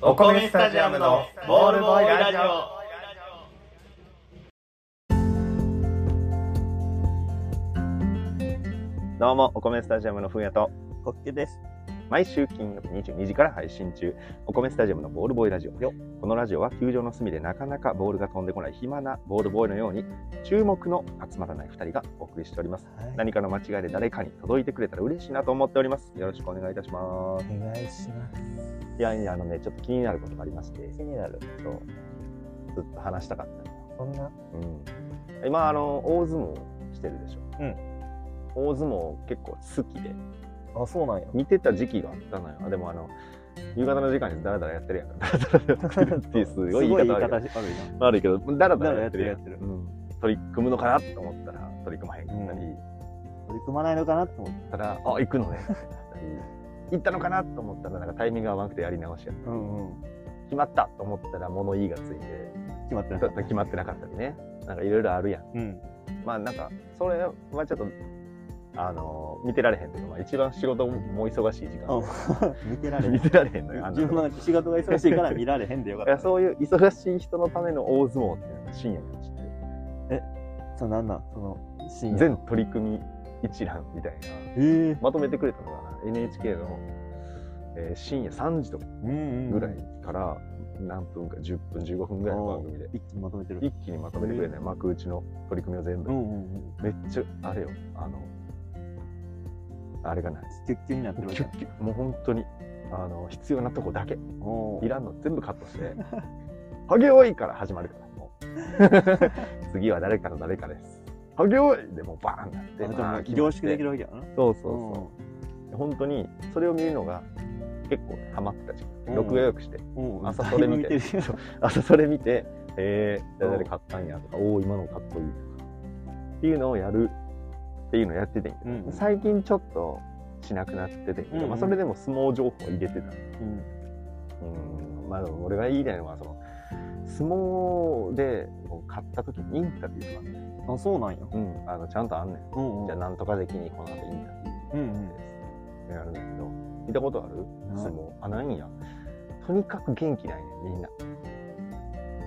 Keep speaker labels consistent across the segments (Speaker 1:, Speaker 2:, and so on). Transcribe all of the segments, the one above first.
Speaker 1: お米スタジアムのボールボーイラジオ
Speaker 2: どうも、お米スタジアムのふうやと、
Speaker 3: ホッケです。
Speaker 2: 毎週金曜日22時から配信中、お米スタジアムのボールボーイラジオ。このラジオは球場の隅でなかなかボールが飛んでこない暇なボールボーイのように、注目の集まらない2人がお送りしております。
Speaker 3: はい、
Speaker 2: 何かの間違いで誰かに届いてくれたら嬉しいなと思っております。よろしくお願いいたします。
Speaker 3: お願いします。
Speaker 2: いやいや、あのね、ちょっと気になることがありまして、
Speaker 3: 気になると、
Speaker 2: ずっと話したかった。
Speaker 3: そんな、
Speaker 2: うん、今あの大相撲してるでしょ、
Speaker 3: うん
Speaker 2: 大相撲結構好きで
Speaker 3: あ、そう なんや。
Speaker 2: 見てた時期があったのよあでもあの夕方の時間にダラダラやってるやん ダラダラやってるっていうすごい言い方悪い
Speaker 3: 悪いな。
Speaker 2: 悪いけどダラダラやってるやん
Speaker 3: ダラダラやってるやってる
Speaker 2: うん取り組むのかなと思ったら取り組まへんかったり、
Speaker 3: う取り組まないのかなと思って。
Speaker 2: たらあ行くのねって なったり行ったのかなと思ったらなんかタイミングが合わなくてやり直しやった
Speaker 3: うんうん。
Speaker 2: 決まったと思ったら物言いがついて
Speaker 3: 決まってな
Speaker 2: ち
Speaker 3: か
Speaker 2: ょ
Speaker 3: っ
Speaker 2: ったと決まってなかったりねなんかいろいろあるやん
Speaker 3: うん。
Speaker 2: まあなんかそれはちょっとあの見てられへんというか、まあ、一番仕事も忙しい時間
Speaker 3: うん見てられ
Speaker 2: 見
Speaker 3: る。
Speaker 2: てられへんのよあの
Speaker 3: 自分は仕事が忙しいから見られへんでよか
Speaker 2: い
Speaker 3: っ
Speaker 2: や
Speaker 3: た。う。
Speaker 2: そういう忙しい人のための大相撲っていうのが深夜に知って
Speaker 3: そうなんなんその、
Speaker 2: る
Speaker 3: 深夜。
Speaker 2: 全取り組み一覧みたいな
Speaker 3: えー、
Speaker 2: まとめてくれたのが NHK の、えー深夜3時とか
Speaker 3: うんうん。
Speaker 2: ぐらい。から何分か10分15分ぐらいの番組で
Speaker 3: 一気にまとめてる。
Speaker 2: 一気にまとめてくれたよ幕内の取り組みを全部、
Speaker 3: うんうんうん。
Speaker 2: めっちゃあれよあのあれがない
Speaker 3: キュッキュになってるわけ
Speaker 2: キュ
Speaker 3: や
Speaker 2: ッキュもう本当にあの必要なとこだけ
Speaker 3: おー
Speaker 2: いらんの全部カット して「ハゲおい!」から始まるからもう 次は誰から誰かです「ハゲおい!」でもうバーンなっ
Speaker 3: あで
Speaker 2: て
Speaker 3: も
Speaker 2: まあ
Speaker 3: 凝縮でき
Speaker 2: る
Speaker 3: るわけやな。
Speaker 2: そうそうそう、本当にそれを見るのが結構ねハマってた時期
Speaker 3: うん
Speaker 2: 録画よくして
Speaker 3: うん。うん。
Speaker 2: 朝それ見て
Speaker 3: だいぶるよ
Speaker 2: 朝それ見て「えー、誰々買ったんや」とか「おお今のかっこいい」とかっていうのをやるっていうのをやっててんけど、
Speaker 3: うんう ん
Speaker 2: 最近ちょっとしなくなっててんけど、
Speaker 3: うんうん
Speaker 2: まあ、それでも相撲情報入れてた
Speaker 3: うん。
Speaker 2: うんまあでも俺が言いたいのはその相撲で勝った時にインタビューがあんねん、
Speaker 3: あ、そうなんや。
Speaker 2: うん、あのちゃんとあんねん、
Speaker 3: うんうん。
Speaker 2: じゃあなんとかできにこの後インタビ
Speaker 3: うんう
Speaker 2: ュ
Speaker 3: ん
Speaker 2: ー。ですやるんだけど見たことある
Speaker 3: ない
Speaker 2: 相撲あないんやとにかく元気ないねんみんな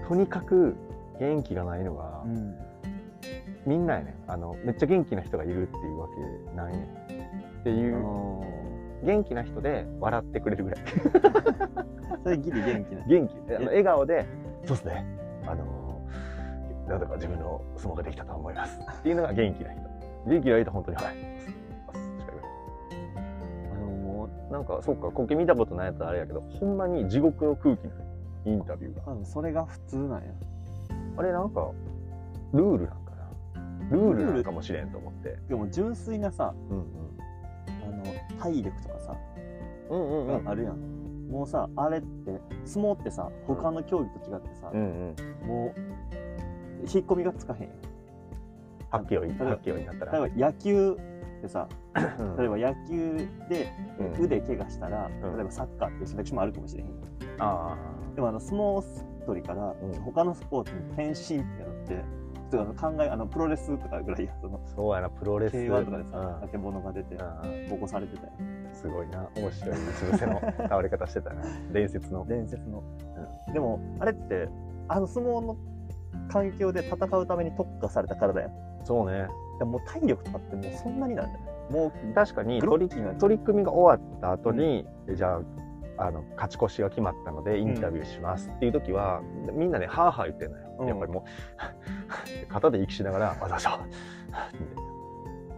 Speaker 2: とにかく元気がないのが、
Speaker 3: うん。
Speaker 2: みんなやねんあのめっちゃ元気な人がいるっていうわけないねんっていう元気な人で笑ってくれるぐらい
Speaker 3: それギリ元気な。
Speaker 2: 元気あの笑顔でそうですねあのなんとか自分の相撲ができたと思いますっていうのが元気な人元気な人本当にはい
Speaker 3: あのもう
Speaker 2: なんかそっかこけ見たことないやつあれやけどほんまに地獄の空気のインタビューが
Speaker 3: 多分それが普通なんや。
Speaker 2: あれなんかルールなんかなルールなんかもしれんと思って
Speaker 3: でも純粋なさ、
Speaker 2: うん
Speaker 3: あの体力とかさ、
Speaker 2: うんうんうん
Speaker 3: あるやん。もうさ、あれって相撲ってさ、他の競技と違ってさ、
Speaker 2: うんうん
Speaker 3: もう引っ込みがつかへんやん。
Speaker 2: はっきよい
Speaker 3: 例えば
Speaker 2: はっきよいになったら
Speaker 3: 例えば野球ってさ、
Speaker 2: うん
Speaker 3: 例えば野球で
Speaker 2: うん
Speaker 3: 腕怪我したら、
Speaker 2: ん
Speaker 3: 例えばサッカーっていう選択肢もあるかもしれへんやん。
Speaker 2: あ
Speaker 3: でもあの相撲取りから、
Speaker 2: うん
Speaker 3: 他のスポーツに転身ってなって、ちょっとあの考えあのプロレスとかぐらいやその
Speaker 2: あそうやなプロレス
Speaker 3: K1 とかで
Speaker 2: う
Speaker 3: さ、
Speaker 2: ん
Speaker 3: 竹物が出て、
Speaker 2: うんうん
Speaker 3: ボコされてたよ。
Speaker 2: すごいな面白いうつ伏せの倒れ方してたな伝説の
Speaker 3: 伝説の、でもあれってあの相撲の環境で戦うために特化された体やん
Speaker 2: そうね
Speaker 3: でももう体力とかってもうそんなになんだよ
Speaker 2: もう確かに
Speaker 3: グロッ
Speaker 2: 取
Speaker 3: キーな
Speaker 2: り取り組みが終わった後に、じゃああの勝ち越しが決まったのでインタビューしますっていう時は、みんなねハーハー言ってんのよ、
Speaker 3: うん
Speaker 2: やっぱりもう 肩で息しながら「あどうしよう」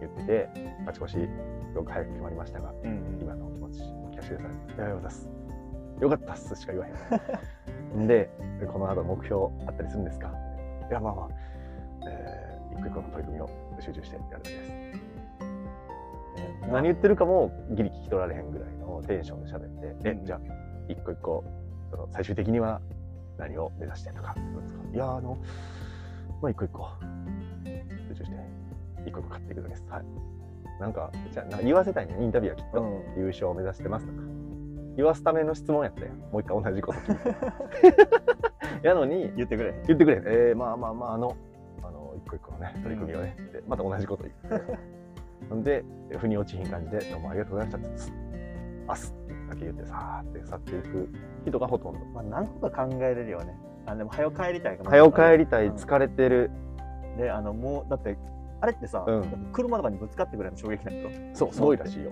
Speaker 2: って言 ってて勝ち越しよく早く決まりましたが今のお気持ち聞かせてください。いやよかったっす。よかったっすしか言わへ ん。で、この後目標あったりするんですかいや、まあまあ、えー、一個一個の取り組みを集中してやるだけです。何言ってるかもギリ聞き取られへんぐらいのテンションで喋って、
Speaker 3: うん
Speaker 2: え、じゃあ、一個一個、その最終的には何を目指してとか、どうですかいや、あの、まあ一個一個、集中して、一個一個買っていくだけです。はい。なんか、じゃあ、なんか言わせたいね、インタビューはきっと。
Speaker 3: うん
Speaker 2: 優勝を目指してますとか言わすための質問やったやんもう一回同じこと聞い てやのに
Speaker 3: 言ってくれへん
Speaker 2: 言ってくれえー、まあまあまああのあの一個一個のね取り組みをね、でまた同じこと言ってほんで腑に落ちひん感じで「どうもありがとうございました」って明日だけ言ってさーって去っていく人がほとんど。
Speaker 3: まあ、何個か考えれるよね。あ、でも、早帰りたいかも
Speaker 2: 早帰りたい、
Speaker 3: うん
Speaker 2: 疲れてる。
Speaker 3: で、あの、もう、だって、あれってさ、
Speaker 2: うん
Speaker 3: 車とかにぶつかってくらいの衝撃ないと。
Speaker 2: そう、すごいらしいよ。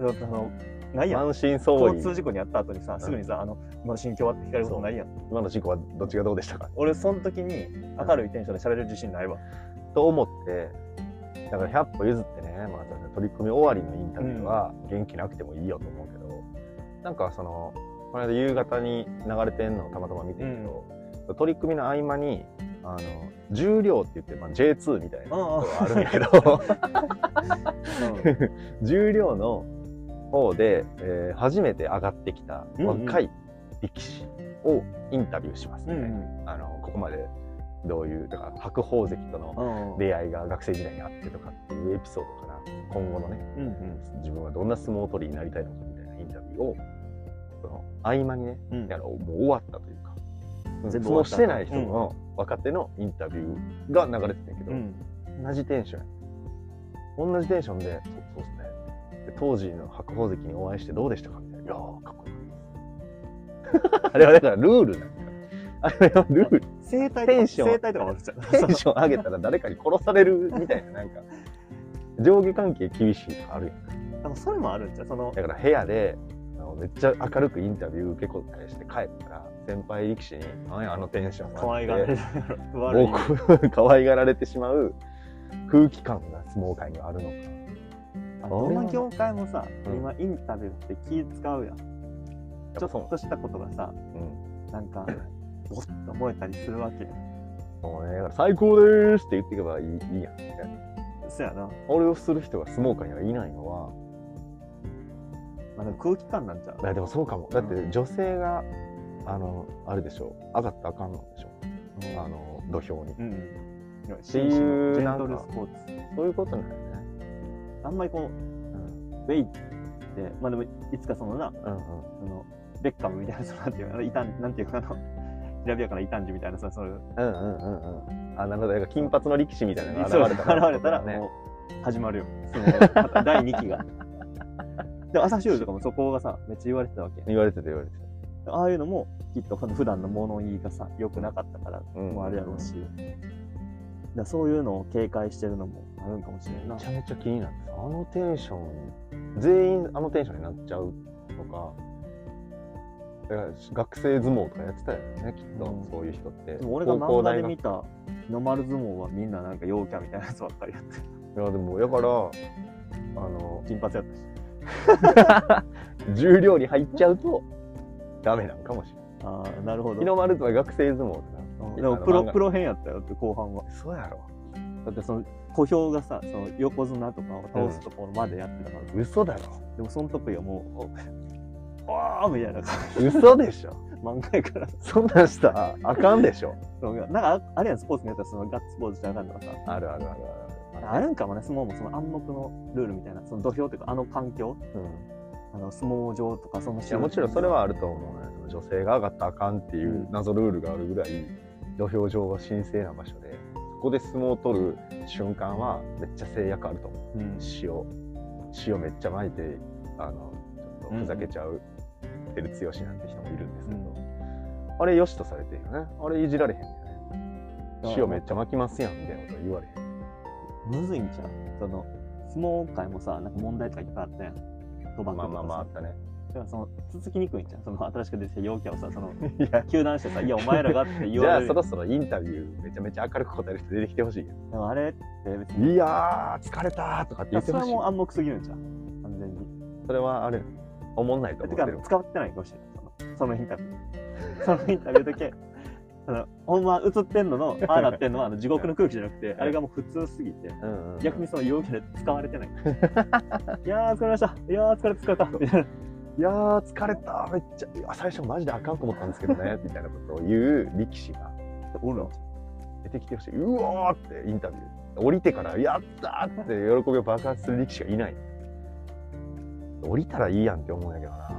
Speaker 3: だってあの、ないやん。
Speaker 2: 満身創
Speaker 3: 交通
Speaker 2: 痍。
Speaker 3: 事故にあった後にさ、すぐにさ、あの、まだ心境はって聞かれることないやん。
Speaker 2: 今の事故はどっちがどうでしたか
Speaker 3: 俺、その時に、明るいテンションで喋れる自信ないわ。
Speaker 2: と思って、だから100歩譲ってね、まあ、取り組み終わりのインタビューは元気なくてもいいよと思うけど、なんかその、この間夕方に流れてんのをたまたま見てるけど、取り組みの合間に、あの、重量って言って、まあ、J2 みたいなのがあるんだけ ど、重量の方で、えー初めて上がってきた若い力士をインタビューします
Speaker 3: う
Speaker 2: ね、
Speaker 3: ん。うん。
Speaker 2: あのここまでどういうだから白鵬関との
Speaker 3: うん。
Speaker 2: 出会いが学生時代にあってとかっていうエピソードから今後のね
Speaker 3: うんうん。
Speaker 2: 自分はどんな相撲取りになりたいのかみたいなインタビューをその合間にね
Speaker 3: うん
Speaker 2: だからもう終わったというか
Speaker 3: 全部
Speaker 2: 相
Speaker 3: 終
Speaker 2: 撲
Speaker 3: わった
Speaker 2: してない人の若手のインタビューが流れてたんやけど、
Speaker 3: うん。
Speaker 2: 同じテンションや同じテンションでそうそうですねで当時の白鵬関にお会いしてどうでしたかみたいないや ーかっこよかったですあれはだからルールなんだあれはルール
Speaker 3: 生態
Speaker 2: テンシ
Speaker 3: と
Speaker 2: ョン
Speaker 3: か、生態とか悪ちゃう。
Speaker 2: テンション上げたら誰かに殺されるみたいななんか上下関係厳しいとかあるやん
Speaker 3: でもそれも あるんじゃうその、
Speaker 2: だから部屋であのめっちゃ明るくインタビュー受け答えして帰ったら先輩力士に「何やあのテンションは」
Speaker 3: 可愛がられる悪い。
Speaker 2: 僕可愛がられてしまう空気感が相撲界にはあるのか
Speaker 3: あどの業界もさ、
Speaker 2: うん
Speaker 3: 今インタビューって気使うやん。ちょっとしたことがさ、
Speaker 2: うん、
Speaker 3: なんか、ぼっと思えたりするわけよ。
Speaker 2: もうねだから最高ですって言っていけばいいいいやん
Speaker 3: そやな。
Speaker 2: 俺をする人が相撲界にはいないのは
Speaker 3: まあ、でも空気感なんちゃう
Speaker 2: いやでもそうかもだって
Speaker 3: う
Speaker 2: 女性があのあれでしょ上がったらあかんのでしょあの土俵に
Speaker 3: うん。いや
Speaker 2: ていう
Speaker 3: ジェ
Speaker 2: なんか
Speaker 3: ンドルスポーツ。
Speaker 2: そういうことなんだよね
Speaker 3: あんまりこう、
Speaker 2: うん
Speaker 3: ウェイって、まあでも、いつかそのな、
Speaker 2: うん
Speaker 3: その、ベッカムみたいな、そのなんていうか、あの、異端、なんていうか、あの、きらびやかな異端児みたいなさ、そういう、
Speaker 2: うんうんうんうんうんあなるほどだから金髪の力士みたいなの
Speaker 3: そう
Speaker 2: が
Speaker 3: 現
Speaker 2: 現れたら
Speaker 3: れたら、
Speaker 2: ね
Speaker 3: もう、始まるよ。その、第2期が。 でも、朝潮とかもそこがさ、めっちゃ言われてたわけ。
Speaker 2: 言われてた言われて
Speaker 3: ああいうのも、きっと普段の物言いがさ、良くなかったから、
Speaker 2: た、うん
Speaker 3: もあるやろうし。だからそういうのを警戒してるのもあるんかもしれんな
Speaker 2: めち。ゃめちゃ気になってさあのテンション全員あのテンションになっちゃうとかだから学生相撲とかやってたよねきっと、
Speaker 3: うん
Speaker 2: そういう人って
Speaker 3: でも俺が漫画で見
Speaker 2: い
Speaker 3: た日の丸相撲はみんななんか陽キャみたいなやつばっかりやって
Speaker 2: やでもだからあの
Speaker 3: 金髪やったし
Speaker 2: 重量に入っちゃうとダメなんかもしれない
Speaker 3: ああなるほど
Speaker 2: 日の丸とか学生相撲とか
Speaker 3: でもプ
Speaker 2: あの
Speaker 3: ロ
Speaker 2: 漫画
Speaker 3: プロ編やったよって後半は
Speaker 2: そうやろ
Speaker 3: だってその小兵がさその横綱とかを倒すところまでやってたから、
Speaker 2: 嘘だろ
Speaker 3: でもその時はもう「ああ!」みたいな感
Speaker 2: 嘘でしょ
Speaker 3: じ漫画やから
Speaker 2: そんなんしたらあかんでしょ
Speaker 3: そのなんかああれやんスポーツのやつはそのガッツポーズじゃなかったさ
Speaker 2: あるあるあるある
Speaker 3: あるんかもね相撲もその暗黙のルールみたいなその土俵というかあの環境
Speaker 2: うん
Speaker 3: あの相撲場とかその
Speaker 2: いやもちろんそれはあると思うねその女性が上がったらあかんっていう謎ルールがあるぐらい土俵上は神聖な場所でそこで相撲を取る瞬間はめっちゃ制約あると思う
Speaker 3: うん
Speaker 2: 塩塩めっちゃ撒いてあのちょっとふざけちゃう照強なんて人もいるんですけど、あれ良しとされてるよねあれいじられへんだよね塩めっちゃ撒きますやんみたいなこと言われへん
Speaker 3: むずいんちゃうその相撲界もさなんか問題とかいっぱいあったやん賭博とかさ
Speaker 2: まあまあまああったね
Speaker 3: だからその続きにくいんちゃうその新しく出てきた陽キャをさその
Speaker 2: いや
Speaker 3: 球団してさ「いやお前らが」って言
Speaker 2: じゃ
Speaker 3: わ
Speaker 2: あ
Speaker 3: れ
Speaker 2: そ
Speaker 3: る
Speaker 2: ろそろインタビューめちゃめちゃ明るく答える人出てきてほしいよ
Speaker 3: でもあれって別に
Speaker 2: いやー疲れたーとかって言って
Speaker 3: それ
Speaker 2: ほ
Speaker 3: は
Speaker 2: しい
Speaker 3: もう暗黙すぎるんちゃう完全に
Speaker 2: それはあれおもんないと思
Speaker 3: て
Speaker 2: ってる
Speaker 3: か使ってないかもしれないそのそのインタビューそのインタビューだけそのほんま映ってんののああなってんのはあの地獄の空気じゃなくてあれがもう普通すぎて
Speaker 2: うんうん
Speaker 3: 逆にその陽キャで使われ てないいやー疲れましたいやー疲れ疲れたみたいない
Speaker 2: やー疲れためっちゃいや最初マジであかんと思ったんですけど ねみたいなことを言う力士が
Speaker 3: おるの
Speaker 2: 出てきてほしいうおーってインタビュー降りてからやったーって喜びを爆発する力士がいない降りたらいいやんって思うんやけどな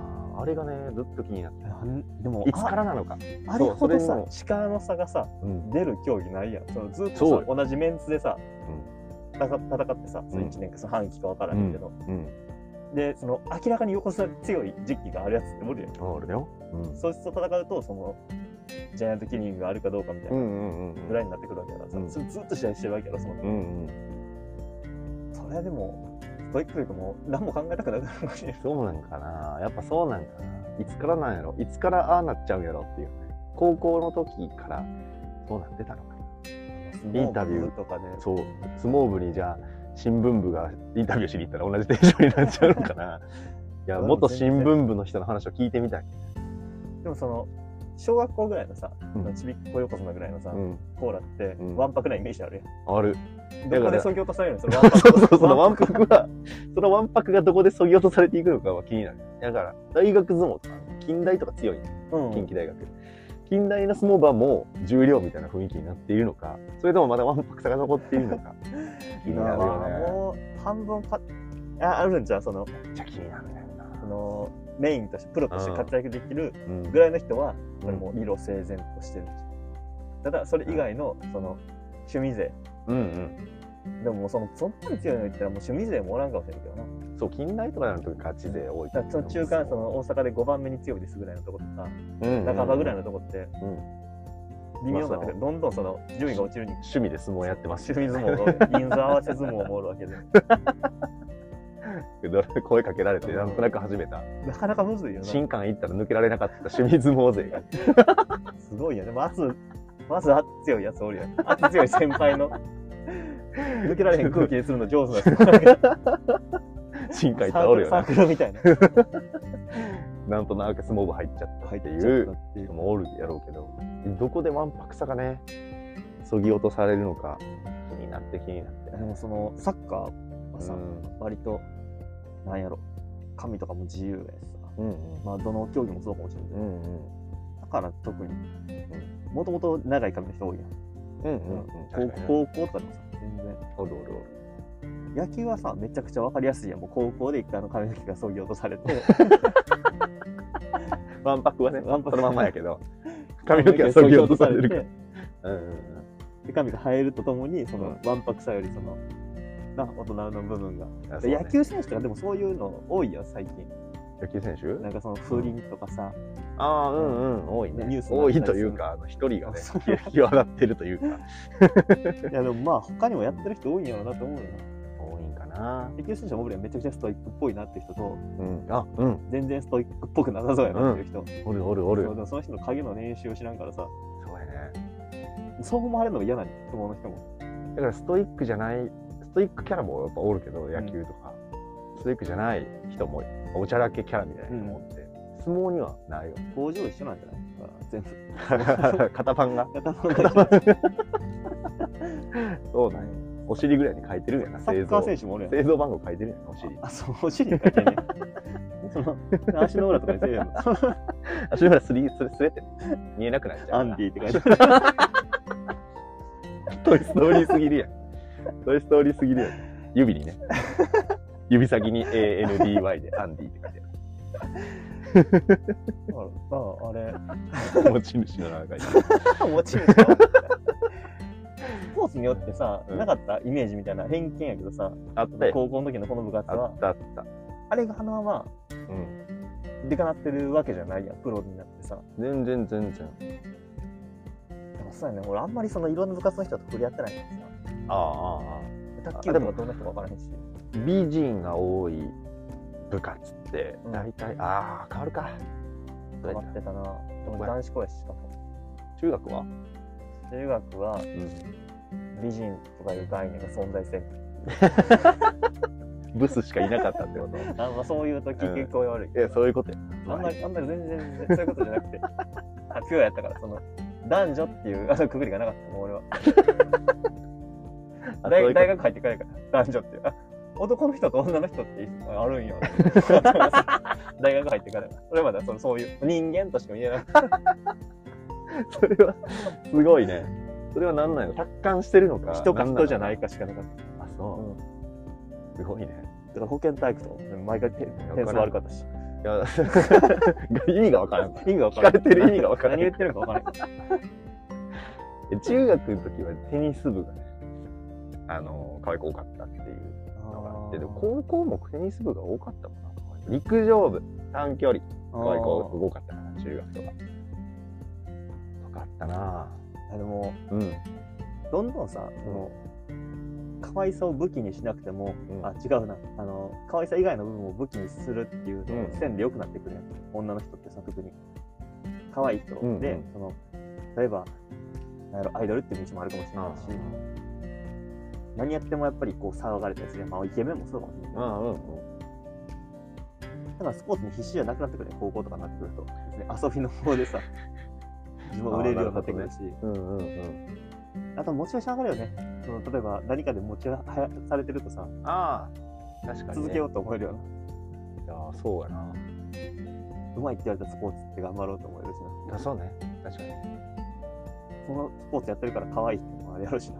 Speaker 2: あれがねずっと気になって
Speaker 3: なんでも
Speaker 2: いつからなのか、
Speaker 3: ああれほ
Speaker 2: そうそ
Speaker 3: ど
Speaker 2: れ
Speaker 3: さ
Speaker 2: も
Speaker 3: 力の差がさ
Speaker 2: うん、
Speaker 3: 出る競技ないやんそのずっ
Speaker 2: そ
Speaker 3: と
Speaker 2: う
Speaker 3: さ同じメンツでさ、戦戦ってさその
Speaker 2: うん
Speaker 3: 1年かその半期か分からへんけど、
Speaker 2: うん
Speaker 3: でその明らかに横綱強い時期があるやつっておるやん
Speaker 2: あるよ。うん。
Speaker 3: そいつと戦うとそのジャイアントキリングがあるかどうかみたいうなん
Speaker 2: うんうん。
Speaker 3: ぐらいになってくるわけやからさ、
Speaker 2: うん
Speaker 3: それずっと試合してるわけやろその
Speaker 2: うんうん。
Speaker 3: それはでもストイックというかもう何も考えたくなくなるわけやろ
Speaker 2: そうなんかな。やっぱそうなんかな。いつからなんやろ。いつからああなっちゃうんやろっていうね。高校の時からそうなってたのかな。インタビュー
Speaker 3: とかね
Speaker 2: そう。相撲部にじゃあ新聞部がインタビューしに行ったら同じテンションになっちゃうのか な。いや、元新聞部の人の話を聞いてみたい。
Speaker 3: でもその小学校ぐらいのさ、
Speaker 2: うん
Speaker 3: ちびっこ横綱ぐらいのさ、
Speaker 2: うん。
Speaker 3: コーラって、
Speaker 2: うん
Speaker 3: わんぱくなイメージある
Speaker 2: ある。
Speaker 3: やん。
Speaker 2: だ
Speaker 3: ど
Speaker 2: か
Speaker 3: こ
Speaker 2: ら
Speaker 3: でそぎ落とされるのその
Speaker 2: そうそうそう、その
Speaker 3: わ
Speaker 2: わ
Speaker 3: ん
Speaker 2: ん
Speaker 3: ぱ
Speaker 2: ぱ
Speaker 3: く
Speaker 2: くは、そのわんぱくがどこで削ぎ落とされていくのかは気になる。だから、大学相撲とか、近代とか強いね、
Speaker 3: うん
Speaker 2: 近畿大学。近代の相撲場も重量みたいな雰囲気になっているのか、それともまだわんぱくさが残っているのか、 気になる
Speaker 3: まあ
Speaker 2: よ
Speaker 3: もう半分かああるんじゃうその
Speaker 2: ね。めっちゃ気になるねんな。
Speaker 3: あのメインとしてプロとして活躍できる
Speaker 2: うん
Speaker 3: ぐらいの人は、こ
Speaker 2: う
Speaker 3: れ
Speaker 2: ん
Speaker 3: もう色整然としてるただそれ以外のその趣味勢
Speaker 2: うん
Speaker 3: でももうそのそんなに強いの言ったらもう趣味勢もおらんかもしれんけどな
Speaker 2: うん。そう、近代とかになると勝ち勢多い。
Speaker 3: だからその中間その大阪で5番目に強いですぐらいのとことか
Speaker 2: うん、
Speaker 3: 半ばぐらい
Speaker 2: の。
Speaker 3: のとこって
Speaker 2: うん
Speaker 3: 微妙になってくるどんどんその順位が落ちるに
Speaker 2: 趣味で相撲やってます。
Speaker 3: 趣味相撲が人数合わせ相撲もおるわけで
Speaker 2: 声かけられて、なんとなく始めた。
Speaker 3: なかなかむずいよな
Speaker 2: 新館行ったら抜けられなかった趣味相撲勢 が。
Speaker 3: すごいよね。まず、まず、あ強いやつおるやん。あ強い先輩 の。抜けられへん空気にするの上手な人。
Speaker 2: 新館行った
Speaker 3: サ
Speaker 2: ら
Speaker 3: ー
Speaker 2: お
Speaker 3: ク
Speaker 2: る
Speaker 3: ル
Speaker 2: よ
Speaker 3: サ
Speaker 2: な
Speaker 3: ー。クルみたいな。
Speaker 2: なんとなく相撲部入っちゃったっていう人もおるやろうけどどこでわんぱくさがねそぎ落とされるのか気になって気になって
Speaker 3: でもその、サッカーはさ、
Speaker 2: うん
Speaker 3: 割と、なんやろ、神とかも自由やしさ。
Speaker 2: うん
Speaker 3: まあ、どの競技もそうかもしれないけ
Speaker 2: う
Speaker 3: ど。
Speaker 2: んうん
Speaker 3: だから特に、もともと長い髪の人多いやん。
Speaker 2: うんうんうん
Speaker 3: 高高校とかでもさ、全然。
Speaker 2: おるおる
Speaker 3: 野球はさ、めちゃくちゃわかりやすいやん。もう高校で一回あの髪の毛が削ぎ落とさ れて、
Speaker 2: おるわんぱくはね
Speaker 3: わんぱく
Speaker 2: そのまん まやけど髪の毛はそぎ落とされるか
Speaker 3: て
Speaker 2: らうんうん
Speaker 3: で髪が生えるとともにその
Speaker 2: う
Speaker 3: わんぱくさよりそのな大人の部分が、
Speaker 2: うんあそうね
Speaker 3: 野球選手とかでもそういうの多いよ最近
Speaker 2: 野球選
Speaker 3: な
Speaker 2: 手
Speaker 3: んかその風鈴とかさ、
Speaker 2: ああうんうん多いね
Speaker 3: ニュースにな
Speaker 2: 多
Speaker 3: ったり
Speaker 2: い
Speaker 3: する
Speaker 2: というかあの一人がね
Speaker 3: そう
Speaker 2: 際立ってるというか
Speaker 3: いやでもまあ他にもやってる人多いんやろうなと思うよな
Speaker 2: 多いんかな
Speaker 3: 野球選手も俺はめちゃくちゃストイックっぽいなって人と
Speaker 2: うんあうん
Speaker 3: 全然ストイックっぽくなさそうやなっていう人、
Speaker 2: おるおるおる
Speaker 3: そうでもその人の影の練習を知らんからさ
Speaker 2: そうやね
Speaker 3: そう思われるのが嫌なんよ相撲の人も
Speaker 2: だからストイックじゃないストイックキャラもやっぱおるけど野球とか、ストイックじゃない人もおちゃらけキャラみたいな人もおって、相撲にはないよ
Speaker 3: 工場一緒なんじゃないだから 全部
Speaker 2: 肩パンが
Speaker 3: 頭
Speaker 2: 肩
Speaker 3: が
Speaker 2: パンそうなんやお尻ぐらいに書いてるんやな
Speaker 3: サ
Speaker 2: 製
Speaker 3: ッカ
Speaker 2: 造
Speaker 3: ー選手もおるやん
Speaker 2: 製造番号書いてるんやなお尻
Speaker 3: あ、そう、お尻に書いてね。その、足の裏とかにせえよんの。
Speaker 2: 足の裏すりすれすれってね見えなくなっちゃう
Speaker 3: アンディって書いてあ
Speaker 2: ィトイストーリーすぎるやん トイストーリーすぎるやん指 にね指先に ANDY でアンディって書いて
Speaker 3: る。あ、あれ。
Speaker 2: ある持ち主の名前書いてある
Speaker 3: 持ち主かスポーツによってさ、
Speaker 2: うん
Speaker 3: なかったイメージみたいな偏見やけどさ、
Speaker 2: あったよ
Speaker 3: 高校の時のこの部活
Speaker 2: あ
Speaker 3: は
Speaker 2: っ、たあった
Speaker 3: あれがあのまま
Speaker 2: うん
Speaker 3: 出かなってるわけじゃないやん、プロになってさ。
Speaker 2: 全然全然
Speaker 3: でもそうやね、俺あんまりそのいろんな部活の人と触れ合ってないからさ。
Speaker 2: ああああ
Speaker 3: 卓球部とかどんな人かわからへんし。
Speaker 2: 美人が多い部活って
Speaker 3: うん
Speaker 2: 大体、ああ変わるかどう
Speaker 3: 変
Speaker 2: や
Speaker 3: わ
Speaker 2: っ
Speaker 3: ってたな。でも
Speaker 2: どこや
Speaker 3: 男子校やし、しかも。
Speaker 2: た中学は、
Speaker 3: 中学は
Speaker 2: うん、
Speaker 3: 美人とかいう概念が存在せん
Speaker 2: ブスしかいなかったってこと
Speaker 3: あまあそういうとき
Speaker 2: うん
Speaker 3: 結構悪い。
Speaker 2: いやそういうことや
Speaker 3: あんまり、あんまり全然全然そういうことじゃなくて。 あ、ピュアやったから、その、男女っていう、あの、くぐりがなかったもん、俺 は。
Speaker 2: あそういうこ
Speaker 3: 大
Speaker 2: と
Speaker 3: 大学入ってからやから、男女っていう。あ、男の人と女の人ってあるん よ。大学入ってからやから。俺まだその、そういう、人間としか見えなくて。
Speaker 2: それはすごいねそれは何なんやろ達観してるのか
Speaker 3: 人か人じゃないいかしかなかった。
Speaker 2: あそう、
Speaker 3: うん
Speaker 2: すごいね
Speaker 3: だから保健体育とかもね、毎回点点数悪かったし。
Speaker 2: いや 意味がわからん
Speaker 3: 意味
Speaker 2: 聞
Speaker 3: が分か
Speaker 2: から
Speaker 3: ん
Speaker 2: れてる意味がわからん
Speaker 3: 何言ってるか分からない。
Speaker 2: 中学の時はテニス部がねあの可愛く多かったっていうのがあってで高校もテニス部が多かったかな陸上部短距離
Speaker 3: あー
Speaker 2: こう多かったかな中学とか多かったな
Speaker 3: でも
Speaker 2: うん
Speaker 3: どんどんさその可愛さを武器にしなくても、
Speaker 2: うん
Speaker 3: あ違うなあの可愛さ以外の部分を武器にするっていうの
Speaker 2: うん
Speaker 3: も線で良くなってくるやん、女の人ってさ特に可愛い人で、
Speaker 2: うんうん
Speaker 3: その例えばなんやろアイドルっていう道もあるかもしれないし、何やってもやっぱりこう騒がれたりする、まあ、イケメンもそうかもしれ
Speaker 2: う
Speaker 3: ない、
Speaker 2: んうん
Speaker 3: だからスポーツに必死じゃなくなってくるね高校とかになってくると、別に遊びの方で さ自分を売れるようになってくるし
Speaker 2: うんうんうん
Speaker 3: あとモチベーション上がるよねその例えば何かでモチベはやされてるとさ
Speaker 2: ああ確かに、ね、
Speaker 3: 続けようと思えるよな
Speaker 2: ういやーそうやな
Speaker 3: うまいって言われたスポーツって頑張ろうと思えるし
Speaker 2: だそうね確かに
Speaker 3: なそのスポーツやってるから可愛いってのもあれやろうしな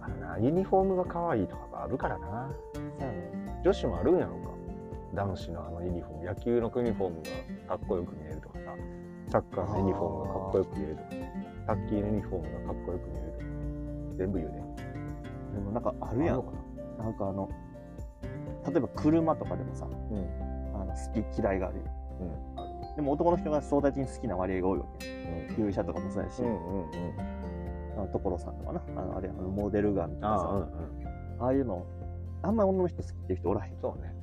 Speaker 2: あのなユニフォームが可愛いとかがあるからな
Speaker 3: そうやね
Speaker 2: 女子もあるんやろうか男子のあのユニフォーム野球のユニフォームがかっこよく見えるとかさサッカーのユニフォームがかっこよく見えるとかさ卓球のユニフォームがかっこよく見えるとか全部言うね
Speaker 3: でもなんかあるや
Speaker 2: あの
Speaker 3: ん
Speaker 2: かな
Speaker 3: なんかあの例えば車とかでもさ
Speaker 2: うん
Speaker 3: あの好き嫌いがあるやん
Speaker 2: うん
Speaker 3: でも男の人が相対的に好きな割合が多いわけや
Speaker 2: うん
Speaker 3: ん旧車とかもそうやし、
Speaker 2: うんうんうん
Speaker 3: あの所さんとかなあのあれやんあのモデルガンと
Speaker 2: あ
Speaker 3: か
Speaker 2: あうん
Speaker 3: さ
Speaker 2: うん
Speaker 3: ああいうのあんまり女の人好きっていう人おらへん
Speaker 2: そうね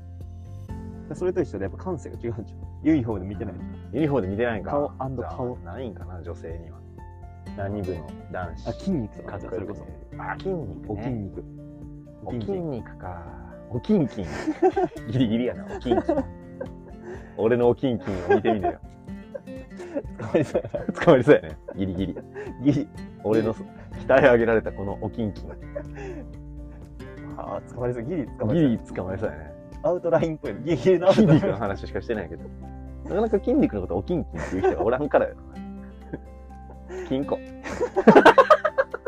Speaker 3: でそれと一緒でやっぱ感性が違うんじゃんユニフォームで見てないじゃん
Speaker 2: ユニフォームで見てないんか
Speaker 3: 顔顔
Speaker 2: じゃあないんかな女性には何部の男子
Speaker 3: あ筋肉と
Speaker 2: か
Speaker 3: か
Speaker 2: っ
Speaker 3: じゃん
Speaker 2: こ
Speaker 3: そ
Speaker 2: よ
Speaker 3: れ
Speaker 2: く
Speaker 3: こ
Speaker 2: 見え
Speaker 3: そ
Speaker 2: るあ筋肉
Speaker 3: お
Speaker 2: ね
Speaker 3: 筋肉
Speaker 2: お筋肉かお筋筋 ギリギリやなお筋筋俺のお筋筋を見てみ てよ
Speaker 3: かわいそうやな
Speaker 2: 捕まりそうやねギリギリ
Speaker 3: ギリ
Speaker 2: 俺の鍛え上げられたこのおきんきん
Speaker 3: あー捕まりそうギリ捕まり
Speaker 2: ギ
Speaker 3: そう
Speaker 2: リ捕まりそうやね
Speaker 3: アウトラインっぽいギリギリのアウト
Speaker 2: 筋
Speaker 3: ライン
Speaker 2: 肉の話しかしてないけどなかなか筋肉のことおきんきんっていう人がおらんからよ金庫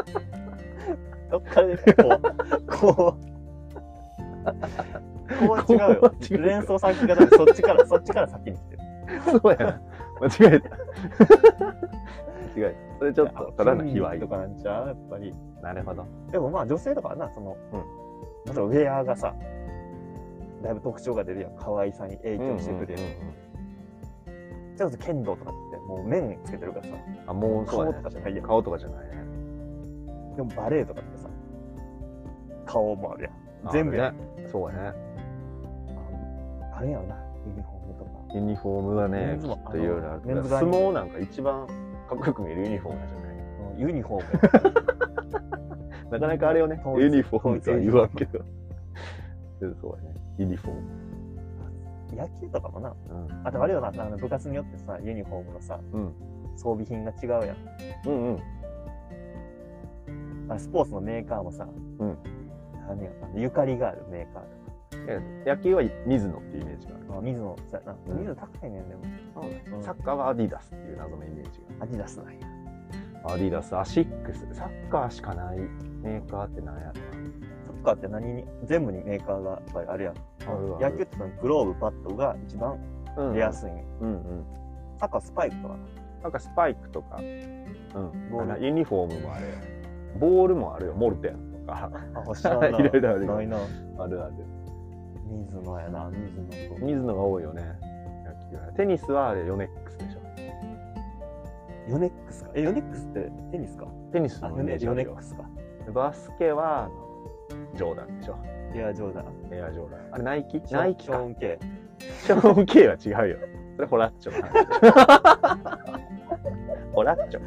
Speaker 3: どっからですかこうこうこう違うよ
Speaker 2: こう違う
Speaker 3: 連想先が多分そっちからそっちから先に来てる
Speaker 2: そうやな間違えた間違えたそれちょっとただの卑
Speaker 3: 筋
Speaker 2: 猥
Speaker 3: 肉とかなんちゃうやっぱり
Speaker 2: なるほど
Speaker 3: でもまあ女性とかはなその、またウェアがさだいぶ特徴が出るやん可愛さに影響してくるやん,、ちょっと剣道とかってもう面つけてるからさ
Speaker 2: あもうそう
Speaker 3: 顔
Speaker 2: や
Speaker 3: と
Speaker 2: ね
Speaker 3: かじゃないやん
Speaker 2: 顔とかじゃないね
Speaker 3: でもバレエとかってさ顔もあるやん
Speaker 2: あ
Speaker 3: 全部やん
Speaker 2: ねそうやね
Speaker 3: ああれやろなユニフォームとか
Speaker 2: ユニフォームは
Speaker 3: メ
Speaker 2: ね
Speaker 3: ン
Speaker 2: き
Speaker 3: ズ
Speaker 2: っ
Speaker 3: も
Speaker 2: といろいろある
Speaker 3: あのメンズ
Speaker 2: 相
Speaker 3: が
Speaker 2: 撲なんか一番かっこよく見えるユニフォームなんじゃない
Speaker 3: ユニフォーム
Speaker 2: なかなかあれをね、
Speaker 3: 統一
Speaker 2: ユニフォームとは言わんけど。けどそうだね、ユニフォーム。
Speaker 3: 野球とかもな
Speaker 2: うん
Speaker 3: あとあれよなあの部活によってさユニフォームのさ、
Speaker 2: うん
Speaker 3: 装備品が違うやん
Speaker 2: うんうん。
Speaker 3: あスポーツのメーカーもさ、
Speaker 2: ん
Speaker 3: 何やあのゆかりがあるメーカー
Speaker 2: 野球は水野っていうイメージがある
Speaker 3: とか、あ、水野そうや
Speaker 2: う
Speaker 3: なん水野高いねんでも、うん
Speaker 2: サッカーはアディダスっていう謎のイメージ
Speaker 3: アディダスなんや
Speaker 2: が。アディダス、アシックス。サッカーしかないメーカーって何やろ
Speaker 3: サッカーって何に全部にメーカーがやっぱりあるやん
Speaker 2: あるあ
Speaker 3: 野
Speaker 2: る
Speaker 3: 球ってそのグローブパッドが一番
Speaker 2: な。うん
Speaker 3: 出やす
Speaker 2: う
Speaker 3: い、
Speaker 2: んうん。
Speaker 3: サッカースパイクとか
Speaker 2: なんかスパイクとか、うん。
Speaker 3: ボール
Speaker 2: なんかユニフォームもあれ。ボールもあるよ、モルテンと か。
Speaker 3: あ欲しいなない
Speaker 2: いろいろあるよ
Speaker 3: な
Speaker 2: あるある。
Speaker 3: 水野やな水野と
Speaker 2: 水野が多いよね。野球は。テニスはあれ、ヨネックスでしょ。
Speaker 3: ヨネックスかえヨネックスってテニスか
Speaker 2: テニス
Speaker 3: あ
Speaker 2: のイ
Speaker 3: ヨ
Speaker 2: メ
Speaker 3: ネ
Speaker 2: ージ
Speaker 3: ヨ
Speaker 2: ある
Speaker 3: ネ
Speaker 2: よ
Speaker 3: ックスか
Speaker 2: バスケはあのジョーダンでしょ
Speaker 3: エアジョーダン
Speaker 2: エアジョーダンあれナイキナイキ
Speaker 3: ショー
Speaker 2: か
Speaker 3: ン系
Speaker 2: ショーン K は違うよそれホラッチョの話ホラッチョ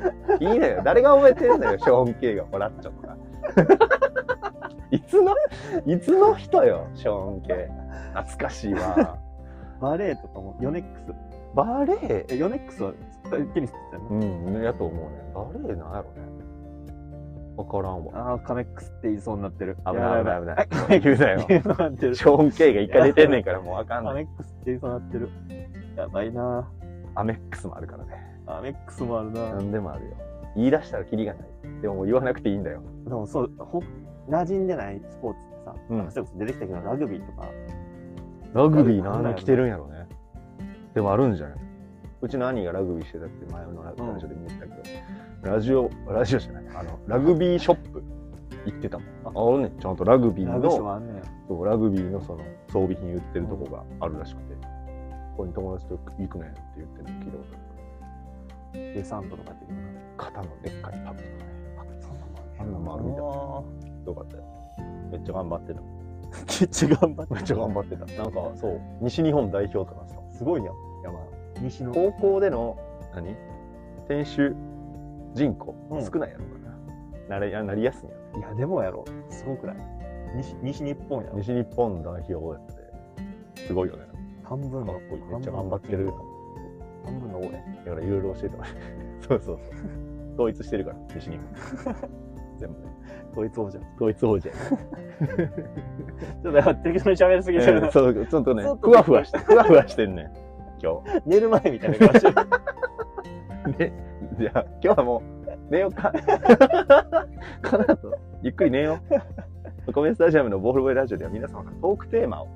Speaker 2: いいのよ誰が覚えてるんだよショーン K がホラッチョとかいつのいつの人よショーン K 懐かしいわ
Speaker 3: バレエとかもヨネックス
Speaker 2: バレエ
Speaker 3: えヨネックスはテニスって言って
Speaker 2: うんやと思うねバレエなんやろね分からんわ
Speaker 3: たのああーカメックスって言いそうになってる
Speaker 2: 危ない
Speaker 3: やば
Speaker 2: 危ない危ない
Speaker 3: やば
Speaker 2: 言うなよ
Speaker 3: 言いそうになってる
Speaker 2: ショーン K が一回出てんねんからもうわかん
Speaker 3: カ
Speaker 2: ない
Speaker 3: メックスって言いそうになってるやばいな
Speaker 2: アメックスもあるからね
Speaker 3: カメックスもあるな
Speaker 2: 何でもあるよ言い出したらキリがないでももう言わなくていいんだよ
Speaker 3: でもそうほ馴染んでないスポーツってさ、
Speaker 2: うん
Speaker 3: それこそ出てきたけどラグビーとか
Speaker 2: ラ
Speaker 3: グビーな
Speaker 2: 何着てるんやろねでもあるんじゃないうちの兄がラグビーしてたって前のラ
Speaker 3: うん
Speaker 2: ラジオで見てたけど、ラジオラジオじゃないあのラグビーショップ行ってたもん
Speaker 3: あ
Speaker 2: あのねちゃんとラグビー
Speaker 3: ラグビー賞
Speaker 2: の
Speaker 3: もあんねや。
Speaker 2: そうラグビーのその装備品売ってるとこがあるらしくて、ここに友達と行くねって言ってるの聞いたことあ
Speaker 3: デサントとかっていうのか
Speaker 2: る肩のでっかいパブとかね
Speaker 3: な。あ、そんなもんあんね
Speaker 2: あんなのもあるみたいよかったよめっちゃ頑張ってた
Speaker 3: めっちゃ頑張って。
Speaker 2: めっちゃ頑張ってたなんかそう西日本代表とかさすごいやん山
Speaker 3: 西の。
Speaker 2: 高校での何選手人口
Speaker 3: うん
Speaker 2: 少ないやろうかな、なれなりやすいんや
Speaker 3: いや、でもやろ。すごくない西西日本やろ。
Speaker 2: 西日本代表やってすごいよね
Speaker 3: 半分
Speaker 2: か
Speaker 3: の
Speaker 2: っこいいめっちゃ頑張ってる
Speaker 3: 半分の応援。
Speaker 2: だからいろいろ教えてもらえ そうそうそう統一してるから西日本 全部ね
Speaker 3: ドイツ王者。ち
Speaker 2: 統一王者や
Speaker 3: ょっとやっぱ適当に喋りすぎてる
Speaker 2: え
Speaker 3: な
Speaker 2: え そうちょっとね
Speaker 3: ちょっ
Speaker 2: ふ
Speaker 3: と
Speaker 2: わふわしてふわふわしてんね今
Speaker 3: 寝る前みたいな顔してる。
Speaker 2: 日でじゃあ今日はもう寝よう かこの後ゆっくり寝ようコメンスタジアムのボールボーイラジオでは皆様からトークテーマを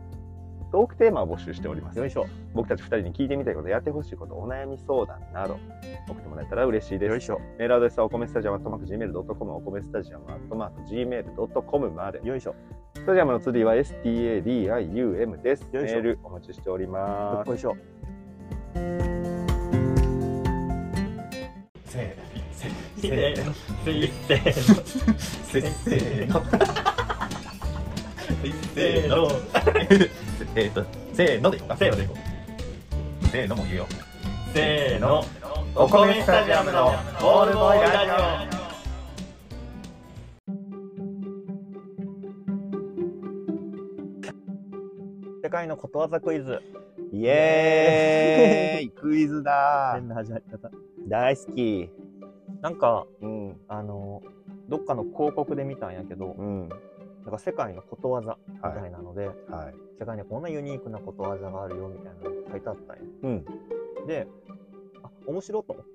Speaker 2: トークテーマを募集しております
Speaker 3: よいしょ。
Speaker 2: 僕たち2人に聞いてみたいことやってほしいことお悩み相談など送ってもらえたら嬉しいです
Speaker 3: よいしょ。
Speaker 2: メールアドレスはお米スタジアム、アットマーク Gmail.com、お米スタジアム、アットマーク Gmail.com まで。
Speaker 3: よいしょ。
Speaker 2: スタジアムのツリーは STADIUM です。メ
Speaker 3: よいしょ
Speaker 2: ールお待ちしており
Speaker 3: どっ
Speaker 2: ます。
Speaker 3: こいしょ。
Speaker 1: せーせ
Speaker 4: せ
Speaker 1: ー
Speaker 4: ーのせー
Speaker 1: せーの
Speaker 4: せーの
Speaker 1: えーとせーのでいこうかせーのでいこうせーのも言うよ
Speaker 4: せーの
Speaker 1: お米スタジアムのボールボーイラジオ
Speaker 3: 世界のことわざクイズ。
Speaker 2: イエーイクイズだ
Speaker 3: 変な始まり方。
Speaker 2: 大好き。
Speaker 3: なんか、
Speaker 2: うん。
Speaker 3: あの、どっかの広告で見たんやけど、
Speaker 2: うん。
Speaker 3: なんか世界のことわざみた
Speaker 2: はい
Speaker 3: なので、
Speaker 2: い。はい。
Speaker 3: 世界にはこんなユニークなことわざがあるよみたいなのが書いてあったんや。
Speaker 2: うん。
Speaker 3: で、あ、面白いと思って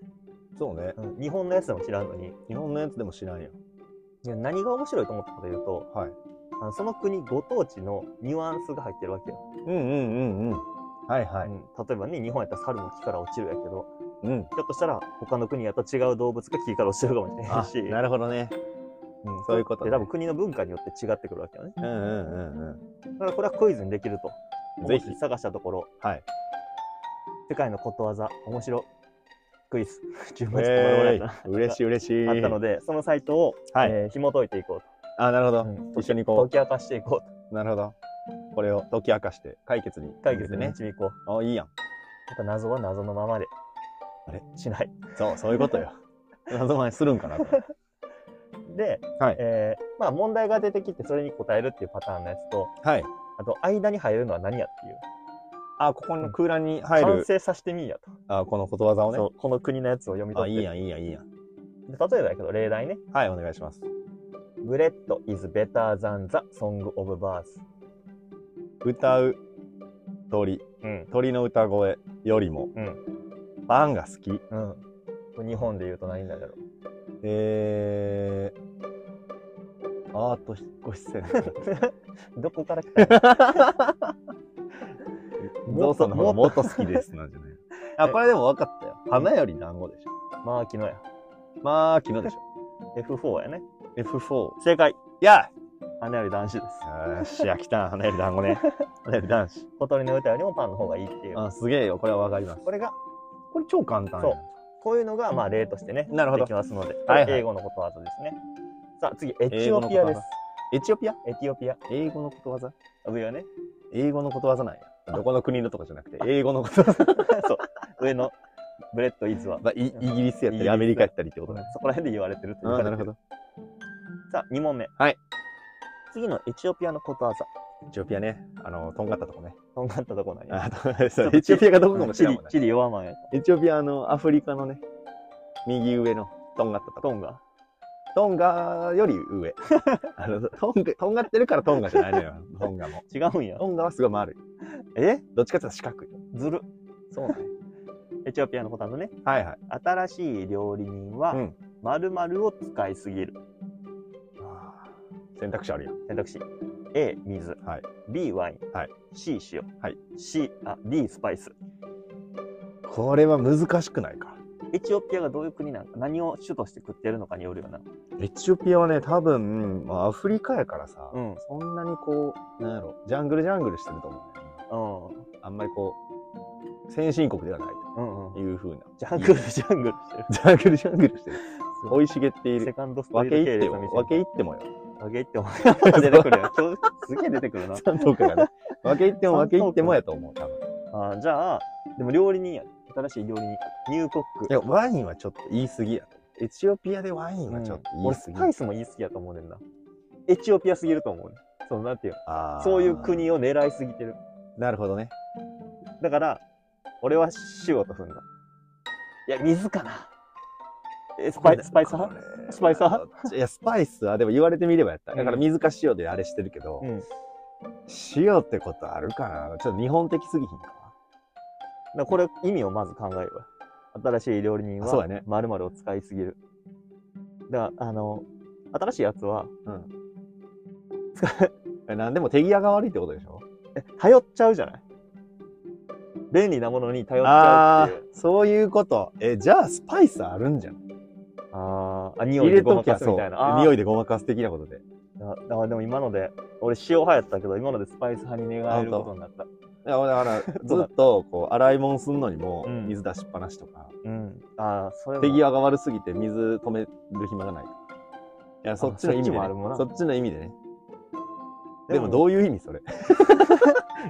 Speaker 2: そうね。
Speaker 3: うん日本のやつでも知らんのに、
Speaker 2: 日本のやつでも知らんよ。
Speaker 3: いや何が面白いと思ったかというと、
Speaker 2: はい。
Speaker 3: あのその国ご当地のニュアンスが入ってるわけよ。
Speaker 2: うんうんうんうん。はいは
Speaker 3: う。ん例えばね、日本やったら猿も木から落ちるやけど、
Speaker 2: うん。
Speaker 3: ひょっとしたら他の国やと違う動物が木から落ちてるかもしれない
Speaker 2: あ
Speaker 3: し、
Speaker 2: なるほどね。
Speaker 3: うん
Speaker 2: そういうことね
Speaker 3: で多分国の文化によって違ってくるわけよね。
Speaker 2: うんうんうんう
Speaker 3: だからこれはクイズにできると。
Speaker 2: ん。ぜひ。
Speaker 3: 思って探したところ、
Speaker 2: はい。
Speaker 3: 世界のことわざ、面白いクイズ、 順番にしてもらわな
Speaker 2: え
Speaker 3: いかな
Speaker 2: ー、嬉しい嬉しい。
Speaker 3: あったので、そのサイトを、
Speaker 2: はい
Speaker 3: えー紐解いていこう
Speaker 2: あ、なるほ
Speaker 3: と、
Speaker 2: ど。一緒にこ
Speaker 3: 解き明かしていこう
Speaker 2: う。なるほど。これを解き明かして解決に
Speaker 3: と、解決に
Speaker 2: ね。
Speaker 3: 導こう。
Speaker 2: あ、いいやん。
Speaker 3: また謎は謎のままで。
Speaker 2: あれ
Speaker 3: しない。
Speaker 2: そう、そういうこと よ。謎前するんかなと。
Speaker 3: で、
Speaker 2: はい
Speaker 3: えーまあ問題が出てきてそれに答えるっていうパターンのやつと、
Speaker 2: はい。
Speaker 3: あと間に入るのは何やっていう。
Speaker 2: あ、ここの空欄に入
Speaker 3: 完
Speaker 2: る、
Speaker 3: 成させてみいやと。
Speaker 2: あ、このことわざをね
Speaker 3: そ。うこの国のやつを読み
Speaker 2: あ、
Speaker 3: 取
Speaker 2: い
Speaker 3: っ
Speaker 2: い
Speaker 3: て。
Speaker 2: やん、いいやん、いいやん。
Speaker 3: で例えばやけど、例題ね。
Speaker 2: はい、お願いします。
Speaker 3: ブレッド is better than the song of birds。
Speaker 2: 歌う鳥、
Speaker 3: うん。
Speaker 2: 鳥の歌声よりも、
Speaker 3: うん
Speaker 2: パンが好き。
Speaker 3: うん。これ日本で言うと何になるだろう。
Speaker 2: えー、アート引っ越し線。
Speaker 3: どこから来たの
Speaker 2: もっと、もっと好きです。なんじゃ ないあ、これでも分かったよ。花より団子でしょ。
Speaker 3: マーキノや。
Speaker 2: まあ、昨日でしょ。
Speaker 3: F4 やね。
Speaker 2: F4。
Speaker 3: 正解。
Speaker 2: や
Speaker 3: 花より男子です。
Speaker 2: あよし、飽きた。花より団子ね。花より男子。
Speaker 3: 小鳥の歌よりもパンの方がいいってい う。
Speaker 2: あ、すげえよ。これはわかります。
Speaker 3: これが、
Speaker 2: これ超簡単や
Speaker 3: そうこういうのが、まあ例としてね、
Speaker 2: なるほど
Speaker 3: できますので、
Speaker 2: はいはい
Speaker 3: 英語のことわざですね。さあ次、エチオピアです。
Speaker 2: エチオピア
Speaker 3: エチオピア。
Speaker 2: 英語のことわざ
Speaker 3: 上はね。
Speaker 2: 英語のことわざなんや。どこの国のとかじゃなくて、英語の ことわざ。
Speaker 3: そう。上のブレッドイズは。
Speaker 2: まあ、いイギリスやっ
Speaker 3: イ
Speaker 2: た
Speaker 3: ギリス
Speaker 2: り、アメリカやったりってことね。
Speaker 3: そこら辺で言われてるという
Speaker 2: ああ、なるほど。
Speaker 3: さあ、2問目。
Speaker 2: はい。
Speaker 3: 次のエチオピアのことわざ。
Speaker 2: エチオピアね。あの、とんがったとこね。
Speaker 3: とんがったとこなんや。
Speaker 2: あとそうエチオピアがどこかも知
Speaker 3: チ
Speaker 2: らん
Speaker 3: リ
Speaker 2: もん、ね。
Speaker 3: チリ弱マンや。
Speaker 2: エチオピアのアフリカのね、右上のとんがったとこ。
Speaker 3: トンガ。
Speaker 2: トンガより 上。あの、トンガ、とんがってるからトンガじゃないのよ。トンガ も。
Speaker 3: 違うんや。
Speaker 2: トンガはすごい丸い。
Speaker 3: え
Speaker 2: どっちかっていうと四角い。
Speaker 3: ずる。
Speaker 2: そうね。
Speaker 3: エチオピアのことわざね。
Speaker 2: はいはい。
Speaker 3: 新しい料理人
Speaker 2: う
Speaker 3: は、
Speaker 2: ん。
Speaker 3: 〇〇を使いすぎる。
Speaker 2: あー選択肢あるよ。
Speaker 3: 選択肢。A、水。
Speaker 2: はい。
Speaker 3: B、ワイン。
Speaker 2: はい
Speaker 3: C、塩。
Speaker 2: はい
Speaker 3: C、あ、D、スパイス。
Speaker 2: これは難しくないか。
Speaker 3: エチオピアがどういう国なのか、何を主として食ってるのかによるよな。
Speaker 2: エチオピアはね、多分、まあ、アフリカやからさ、
Speaker 3: うん
Speaker 2: そんなにこう、なんやろ、ジャングルジャングルしてると思うね。
Speaker 3: うん。
Speaker 2: あんまりこう、先進国ではない
Speaker 3: うんう
Speaker 2: と
Speaker 3: ん。
Speaker 2: いうふうな。
Speaker 3: ジャングル、ジャングルしてる。
Speaker 2: ジャングルジャングルしてる。生い茂ってい
Speaker 3: セ
Speaker 2: る。
Speaker 3: カンドスト
Speaker 2: 分
Speaker 3: リ
Speaker 2: け
Speaker 3: ート
Speaker 2: 入
Speaker 3: 系
Speaker 2: っ
Speaker 3: 列
Speaker 2: て
Speaker 3: の
Speaker 2: も、
Speaker 3: 道。
Speaker 2: 分け入ってもよ。
Speaker 3: 分け入っても。出てくるよ。今日、すげえ出てく るな。
Speaker 2: 三等価 がね。分け入っても分け入ってもやと思う、多分。
Speaker 3: あーじゃあ、でも料理人や。新しい料理人。ニューコック
Speaker 2: い。や、ワインはちょっと言い過ぎやと。エチオピアでワインはちょっと言
Speaker 3: 俺
Speaker 2: い過
Speaker 3: ス
Speaker 2: ぎ。
Speaker 3: パイスも言い過ぎやと思うねんなエチオピアすぎると思うねそのなんていうの
Speaker 2: あー
Speaker 3: そういう国を狙いすぎてる
Speaker 2: なるほどね。
Speaker 3: だから俺は塩と踏んだいや水かなえスパイスパイス派スパイス派
Speaker 2: いや、スパイスは、でも言われてみればやった。だから
Speaker 3: うん
Speaker 2: 水か塩であれしてるけど、
Speaker 3: うんだか
Speaker 2: 塩ってことあるかなちょっと日本的すぎひんか
Speaker 3: らこれ意味をまず考えよう新しい料理人
Speaker 2: あそう
Speaker 3: は
Speaker 2: やね
Speaker 3: まるを使いすぎるだからあの新しいやつは
Speaker 2: な。なんでも手際が悪いってことでしょ
Speaker 3: え頼っちゃうじゃない便利なものに頼っちゃ
Speaker 2: あ
Speaker 3: うっ
Speaker 2: あ
Speaker 3: ていう
Speaker 2: ー、そういうこと。え、じゃあスパイスあるんじゃん。
Speaker 3: あーあ匂
Speaker 2: 入
Speaker 3: いで
Speaker 2: れ
Speaker 3: ご
Speaker 2: と
Speaker 3: ま
Speaker 2: き
Speaker 3: か
Speaker 2: ゃ
Speaker 3: す
Speaker 2: そ
Speaker 3: みたいなあ
Speaker 2: う。
Speaker 3: ー
Speaker 2: 匂いでごまかす的なことで。
Speaker 3: あだからでも今ので俺塩派やったけど今のでスパイス派に願えることになった
Speaker 2: いやだ から、ずっと、こう、洗い物すんのにも
Speaker 3: う、ん
Speaker 2: 水出しっぱなしとか、
Speaker 3: うんああそれも
Speaker 2: 手際が悪すぎて水止める暇がない。いや、そっちの意味で、ね
Speaker 3: そっちもあるもんな
Speaker 2: そ。っちの意味でね。
Speaker 3: で
Speaker 2: で
Speaker 3: も
Speaker 2: も、どういう意味それ。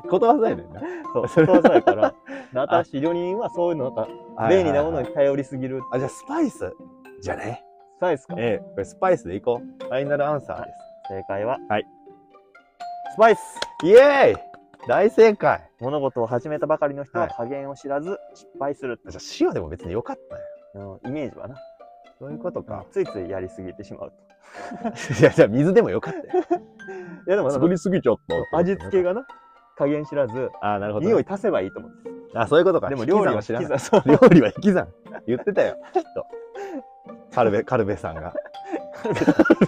Speaker 2: 言葉さえねんな。
Speaker 3: そうそうそうやから 新しい料理人はそういうのなんか便利なもの
Speaker 2: はいはいはい
Speaker 3: に頼りすぎる
Speaker 2: あ、じゃあ、スパイスじゃね。
Speaker 3: スパイスか
Speaker 2: ええ、これスパイスでいこう。ファイナルアンサーです。
Speaker 3: 正解は
Speaker 2: はい
Speaker 3: スパイス
Speaker 2: イエーイ大正解
Speaker 3: 物事を始めたばかりの人は
Speaker 2: はい
Speaker 3: 加減を知らず失敗するって
Speaker 2: じゃあ塩でも別によかったよ。
Speaker 3: うんイメージはな
Speaker 2: そういうことか。
Speaker 3: ついついやりすぎてしまうと
Speaker 2: いや、じゃあ水でもよか ったよ。
Speaker 3: いやでもなんか
Speaker 2: りすぎちゃっ
Speaker 3: 味付け。がな加減知らず
Speaker 2: あー、なるほどね。
Speaker 3: 匂い足せばいいと思う
Speaker 2: あ、そういうことか。
Speaker 3: でも料理は
Speaker 2: 引き算知らない。
Speaker 3: 引き算
Speaker 2: 料理は引き算。言ってたよ、きっと。カルベ、カルベさんが。カルベ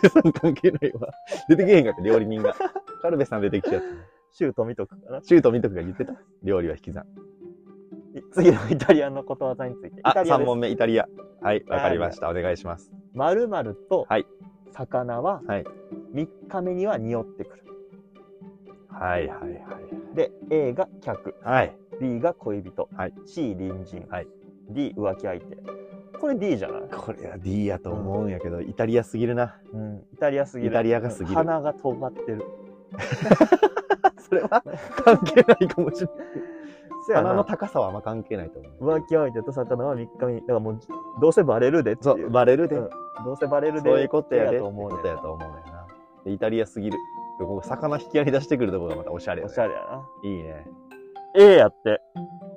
Speaker 2: さん関係ないわ。出てけへんかった、料理人が。カルベさん出てきちゃった。
Speaker 3: シュート見とくかな
Speaker 2: シュート見とくが言ってた。料理は引き算。
Speaker 3: 次のイタリアンのことわざについてイ
Speaker 2: あ、
Speaker 3: タリア
Speaker 2: 3
Speaker 3: です
Speaker 2: 問目、イタリア。はい、わかりました。お願いします。
Speaker 3: まるまると
Speaker 2: はい
Speaker 3: 魚は
Speaker 2: はい
Speaker 3: 3日目には匂ってくる。
Speaker 2: はい、はい、はい。
Speaker 3: で A が客
Speaker 2: はい。
Speaker 3: B が恋人、
Speaker 2: はい
Speaker 3: C 隣人、
Speaker 2: はい
Speaker 3: D 浮気相手これ D じゃない、
Speaker 2: これは D やと思うんやけど、イタリアすぎるな。
Speaker 3: うん、イタリアすぎる
Speaker 2: イタリアが過ぎる
Speaker 3: 鼻が尖ってる
Speaker 2: それは関係ないかもしれない。
Speaker 3: せや
Speaker 2: 鼻の
Speaker 3: な
Speaker 2: 高さはあんま関係ないと思う。
Speaker 3: 浮気相手と魚は3日目にだからもうどうせバレるでって
Speaker 2: そ
Speaker 3: いう
Speaker 2: う、バレるで。
Speaker 3: うんどうせバレるで
Speaker 2: そういうことやで。
Speaker 3: と思うねん
Speaker 2: ことやと思うねんな。でイタリアすぎる。でここ魚引き合い出してくるとこがまたおしゃれや
Speaker 3: お
Speaker 2: ね
Speaker 3: しゃれやな。
Speaker 2: いいね。
Speaker 3: A やって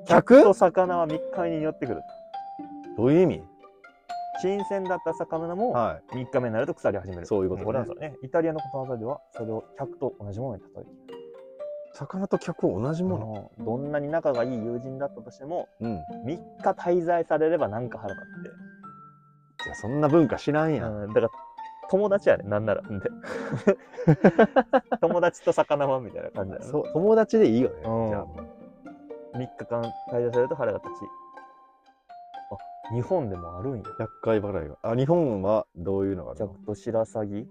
Speaker 2: 客
Speaker 3: と魚は3日目に寄ってくる
Speaker 2: どういう意味
Speaker 3: 新鮮だった魚も
Speaker 2: は
Speaker 3: 3日目になると腐り始める。
Speaker 2: そういうことね
Speaker 3: これなんですよね。イタリアのことわざでは、それを客と同じものに例えている。
Speaker 2: い。魚と客を同じもの。
Speaker 3: あのどんなに仲がいい友人だったとしても、
Speaker 2: うん。
Speaker 3: 3日滞在されればなんか腹立
Speaker 2: じゃあそんな文化知らん
Speaker 3: って。
Speaker 2: やん。
Speaker 3: うん、だから、友達やね、なんなら。で 友達と魚はみたいな感じだよね、
Speaker 2: そう、友達でいいよね。
Speaker 3: うん
Speaker 2: じゃあもう
Speaker 3: 3日間滞在されると腹が立ち。あ、日本でもあるんや。
Speaker 2: 100回払いは。あ、日本はどういうのがあるの
Speaker 3: 客と白鷺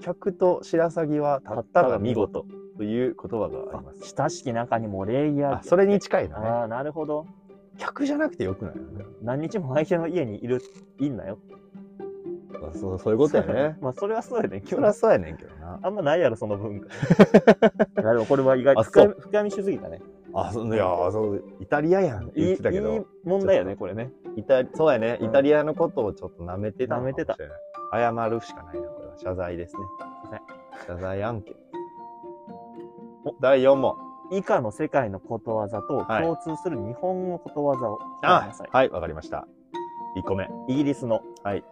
Speaker 2: 客と白鷺はたったが見事という言葉があります。
Speaker 3: 親しき中にも礼儀あ
Speaker 2: あ
Speaker 3: り、
Speaker 2: それに近いのね。
Speaker 3: ああ、なるほど。
Speaker 2: 客じゃなくてよくない
Speaker 3: 何日も相手の家にいる、いんなよ。。
Speaker 2: あそうそういうことやね
Speaker 3: まあ、それはそうやね。今日
Speaker 2: そりゃそうやねんけどな。
Speaker 3: あんまないやろ、その文 化。いやでもこれは意外と
Speaker 2: あそ
Speaker 3: 深
Speaker 2: う
Speaker 3: み深みしすぎたね。
Speaker 2: あ、そういや、そう、イタリアやんって
Speaker 3: いい
Speaker 2: 言
Speaker 3: い
Speaker 2: ってたけど。
Speaker 3: い問題やね、これね。
Speaker 2: イタリそうやね、
Speaker 3: うん
Speaker 2: イタリアのことをちょっと舐めてたのかも
Speaker 3: 舐めてた
Speaker 2: しれない謝るしかないなこれは謝罪ですね
Speaker 3: 罪
Speaker 2: 謝罪案件
Speaker 3: お
Speaker 2: 第4問
Speaker 3: 以下の世界のことわざと
Speaker 2: はい
Speaker 3: 共通する日本のことわざを答え
Speaker 2: あ
Speaker 3: なさい。
Speaker 2: はいわかりました1個目
Speaker 3: イギリスの、
Speaker 2: はい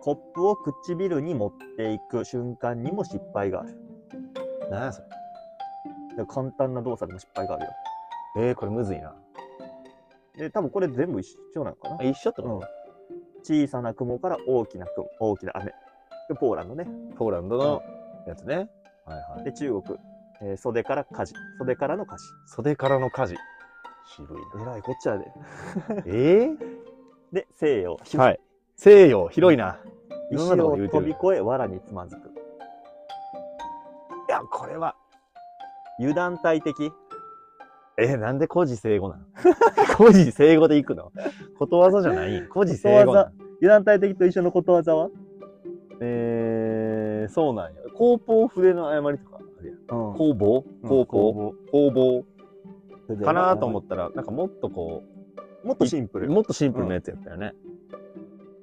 Speaker 3: コップを唇に持っていく瞬間にも失敗がある。
Speaker 2: 何やそ
Speaker 3: で簡単な動作でも失敗があるよ。
Speaker 2: れえー、これむずいな
Speaker 3: で、多分これ全部一緒なのかな
Speaker 2: あ。一緒って
Speaker 3: うん
Speaker 2: こ、
Speaker 3: 小さな雲から大きな雲、大きな雨。で、ポーランドね。
Speaker 2: と、ポーランドのやつね、はいはい
Speaker 3: で、中国。えー袖から火事。袖からの火事。
Speaker 2: 袖からの火事渋い
Speaker 3: えらいこっちゃで。
Speaker 2: なえー、
Speaker 3: で、西洋、
Speaker 2: はい。西洋、広いな。いろん
Speaker 3: 石
Speaker 2: なとこ
Speaker 3: を
Speaker 2: で言うて
Speaker 3: 飛び
Speaker 2: る。
Speaker 3: 越え、藁につまずく。
Speaker 2: いや、これは。
Speaker 3: 油断大敵。
Speaker 2: え、なんで古事生語なの 古事生語で行くのことわざじゃない古事生語なの
Speaker 3: 油断大敵と一緒のことわざは
Speaker 2: えー、そうなんや。工房筆の誤りとかあるやん。
Speaker 3: うん
Speaker 2: 工房工房工房かなと思
Speaker 3: っ
Speaker 2: ったら、なんかもっとこ
Speaker 3: て。もっとシンプ
Speaker 2: う、
Speaker 3: ル。
Speaker 2: もっとシンプルなやつやったよね。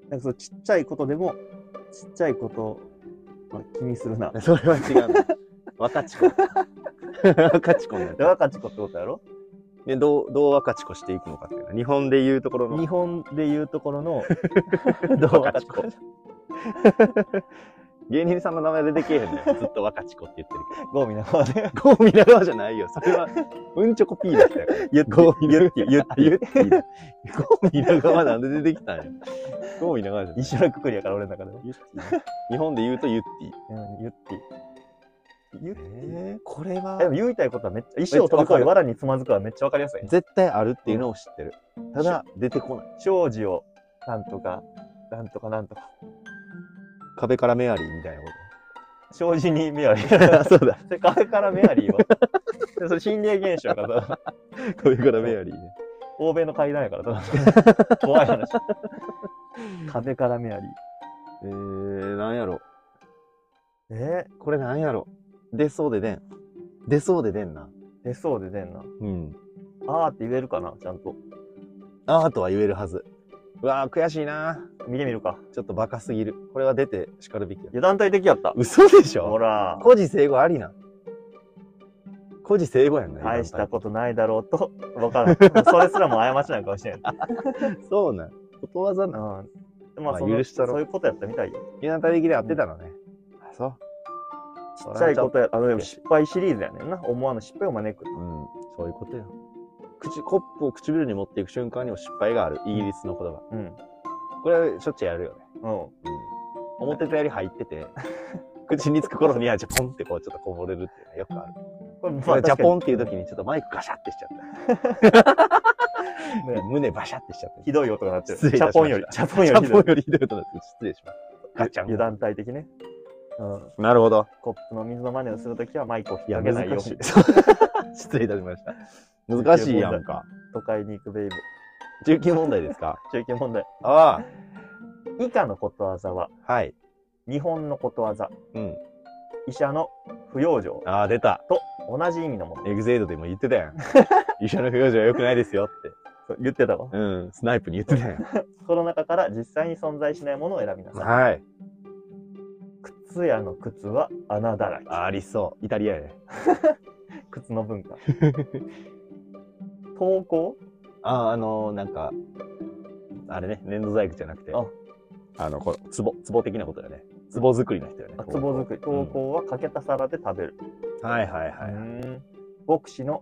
Speaker 3: なんかそうちっちゃいことでも、ちっちゃいこと、まあ、気にするな。
Speaker 2: それは違うな。 若ち子。若ち子のやつ
Speaker 3: で、若ち子ってことやろ
Speaker 2: で、どう、どう若ちこしていくのかっていうの。日本でいうところの。
Speaker 3: 日本で言うところの、
Speaker 2: ど
Speaker 3: どう
Speaker 2: う若ちこ。 芸人さんの名前出てけえへん のよ。ずっと若ちこって言ってるけ
Speaker 3: ゴミな方で。
Speaker 2: ど。ゴーミラ川じゃないよ。それは、うんちょこピーだったよ。
Speaker 3: 言っ
Speaker 2: ゴーミラ
Speaker 3: 言っ
Speaker 2: あ言っていいだ。ゴーミラ川なんで出てきたんや。ゴーミラ川じゃない。
Speaker 3: 一緒のくくりやから俺の中では。
Speaker 2: ユッティね日本で言うとユッティ。
Speaker 3: うん言っていい。言っていい
Speaker 2: えー、これは
Speaker 3: あでも言いたいことはめっちゃ、衣装飛び越え、藁につまずくはめっちゃわかりやすいね。
Speaker 2: 絶対あるっていうのを知ってる。ただ、出てこない。
Speaker 3: 庄司を、なんとか、なんとかなんとか。
Speaker 2: 壁からメアリーみたいなこ
Speaker 3: 庄司に メアリ
Speaker 2: と。あ
Speaker 3: ー。
Speaker 2: そうだ。
Speaker 3: 世界からメアリーは。でそれ心霊現象やからさ、
Speaker 2: 壁からメアリーね。
Speaker 3: 欧米の階段やからさ、 怖い話。壁からメアリー。
Speaker 2: えー、なんやろ。
Speaker 3: え
Speaker 2: これなんやろ。出そうで出ん。出そうで出んな。
Speaker 3: 出そうで出んな。
Speaker 2: うん。
Speaker 3: あーって言えるかな、ちゃんと。
Speaker 2: あーとは言えるはず。うわー、悔しいな
Speaker 3: 見てみるか。
Speaker 2: ちょっとバカすぎる。これは出て叱るべきや。
Speaker 3: 油断大敵やった。
Speaker 2: 嘘でし
Speaker 3: ほ
Speaker 2: ょ
Speaker 3: ら、
Speaker 2: 孤児生語ありな。孤児生語やんな。
Speaker 3: 大したことないだろうと、わからん。それすらも過ちなんかも しれん。
Speaker 2: と。そうなん。ことわざな。
Speaker 3: うん。
Speaker 2: ま
Speaker 3: ま
Speaker 2: あ
Speaker 3: あ、その
Speaker 2: 許したろ
Speaker 3: そういうことやったみたいよ。
Speaker 2: 日向的で合ってたのね。あ、そう。
Speaker 3: ちっちゃいことや、あの、でも失敗シリーズやねんな。思わぬ失敗を招く。
Speaker 2: うん、そういうことよ。口、コップを唇に持っていく瞬間にも失敗がある。イギリスの言葉。
Speaker 3: うん。
Speaker 2: これはしょっちゅうやるよね。
Speaker 3: うん。
Speaker 2: うん。思ってたより入ってて、口につく頃にはジャポンってこうちょっとこぼれるっていうのはよくある。
Speaker 3: これ、ま
Speaker 2: ジャポン
Speaker 3: ン
Speaker 2: っていう時にちょっとマイクガシャってしちゃった。
Speaker 3: ね
Speaker 2: 胸バシャってしちゃった。
Speaker 3: ひどい音が鳴ってる。
Speaker 2: 失礼い
Speaker 3: チ
Speaker 2: たしました
Speaker 3: ャポンより、チャポン
Speaker 2: ジ
Speaker 3: よ
Speaker 2: ャ
Speaker 3: りひ
Speaker 2: ポ
Speaker 3: どい
Speaker 2: ン。よりひどいことになって失礼しました。ガチャン。
Speaker 3: 油断体的ね。うん。
Speaker 2: なるほど。
Speaker 3: コップの水の真似をするときはマイクを引
Speaker 2: い
Speaker 3: き
Speaker 2: や、
Speaker 3: 上げないよ
Speaker 2: 難
Speaker 3: う
Speaker 2: しい
Speaker 3: に。。
Speaker 2: 失礼いたしました。難しいやんか。
Speaker 3: 都会に行くベイブ。
Speaker 2: 中級問題ですか
Speaker 3: 中級問題。
Speaker 2: あ
Speaker 3: 以下のことわざは、
Speaker 2: あ、はい。
Speaker 3: 日本のことわざ、
Speaker 2: うん。
Speaker 3: 医者の不養生
Speaker 2: ああ、出た。
Speaker 3: と同じ意味のもの。
Speaker 2: エグゼイドでも言ってたやん。医者の表情は良くないですよって。
Speaker 3: そう言ってたわ。
Speaker 2: うん。スナイプに言ってたやん。
Speaker 3: この中から実際に存在しないものを選びなさい。
Speaker 2: はい。
Speaker 3: 靴屋の靴は穴だらけ。
Speaker 2: ありそう。イタリアやね。
Speaker 3: 靴の文 化。投稿
Speaker 2: ああ、あのー、なんか、あれね、粘土細工じゃなくて。
Speaker 3: あ
Speaker 2: あの、こう、壺、壺的なことだね。壺作りの人よね。
Speaker 3: あ壺作り。
Speaker 2: う
Speaker 3: 投
Speaker 2: ん
Speaker 3: 稿はかけた皿で食べる。
Speaker 2: はいはいは
Speaker 3: う
Speaker 2: い。
Speaker 3: ん牧師の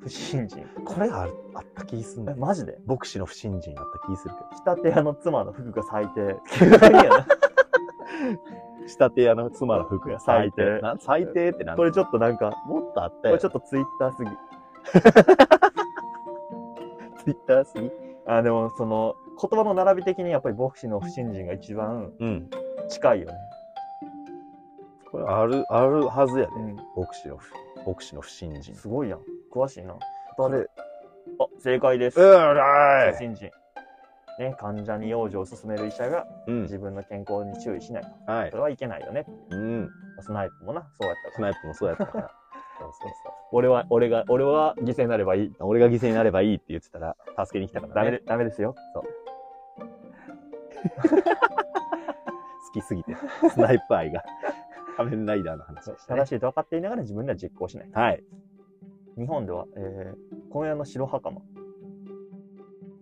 Speaker 3: 不信心。
Speaker 2: これああった気すん
Speaker 3: え
Speaker 2: だよ。
Speaker 3: マジで
Speaker 2: 牧師の不信心あった気する
Speaker 3: 仕立て屋の妻の服が最低。何やな
Speaker 2: けど。仕立て屋の妻の服が最低。な最低って なんだ
Speaker 3: これちょっとなんか、
Speaker 2: もっとあった
Speaker 3: こ
Speaker 2: よ。
Speaker 3: れちょっとツイッター すぎ。
Speaker 2: ツイッターすぎ。
Speaker 3: あ、でもその、言葉の並び的にやっぱり牧師の不信心が一番
Speaker 2: うん。
Speaker 3: 近いよね。
Speaker 2: これある、あるはずやで。
Speaker 3: う
Speaker 2: 牧師の不、牧師の不信心
Speaker 3: ん。。すごいやん。詳しいな。
Speaker 2: あれ、
Speaker 3: あ、正解です。
Speaker 2: う
Speaker 3: 不
Speaker 2: らい。
Speaker 3: 信心。ね、患者に養生を勧める医者が
Speaker 2: うん。
Speaker 3: 自分の健康に注意しない。
Speaker 2: はい
Speaker 3: そ。れはいけないよね。
Speaker 2: うん。
Speaker 3: スナイプもな、そうやった
Speaker 2: ス
Speaker 3: から。
Speaker 2: ナイプもそうやった から。そうそうそう。
Speaker 3: 俺は、俺が、俺は犠牲になればいい。
Speaker 2: 俺が犠牲になればいいって言ってたら、助けに来たから、ね。
Speaker 3: ダメで、ダメですよ。
Speaker 2: 好きすぎて。スナイパー愛が。 仮面ライダーの話でした、ね
Speaker 3: 正。しいと分かっていながら自分では実行しない。
Speaker 2: はい。
Speaker 3: 日本では、えー、今夜の白袴。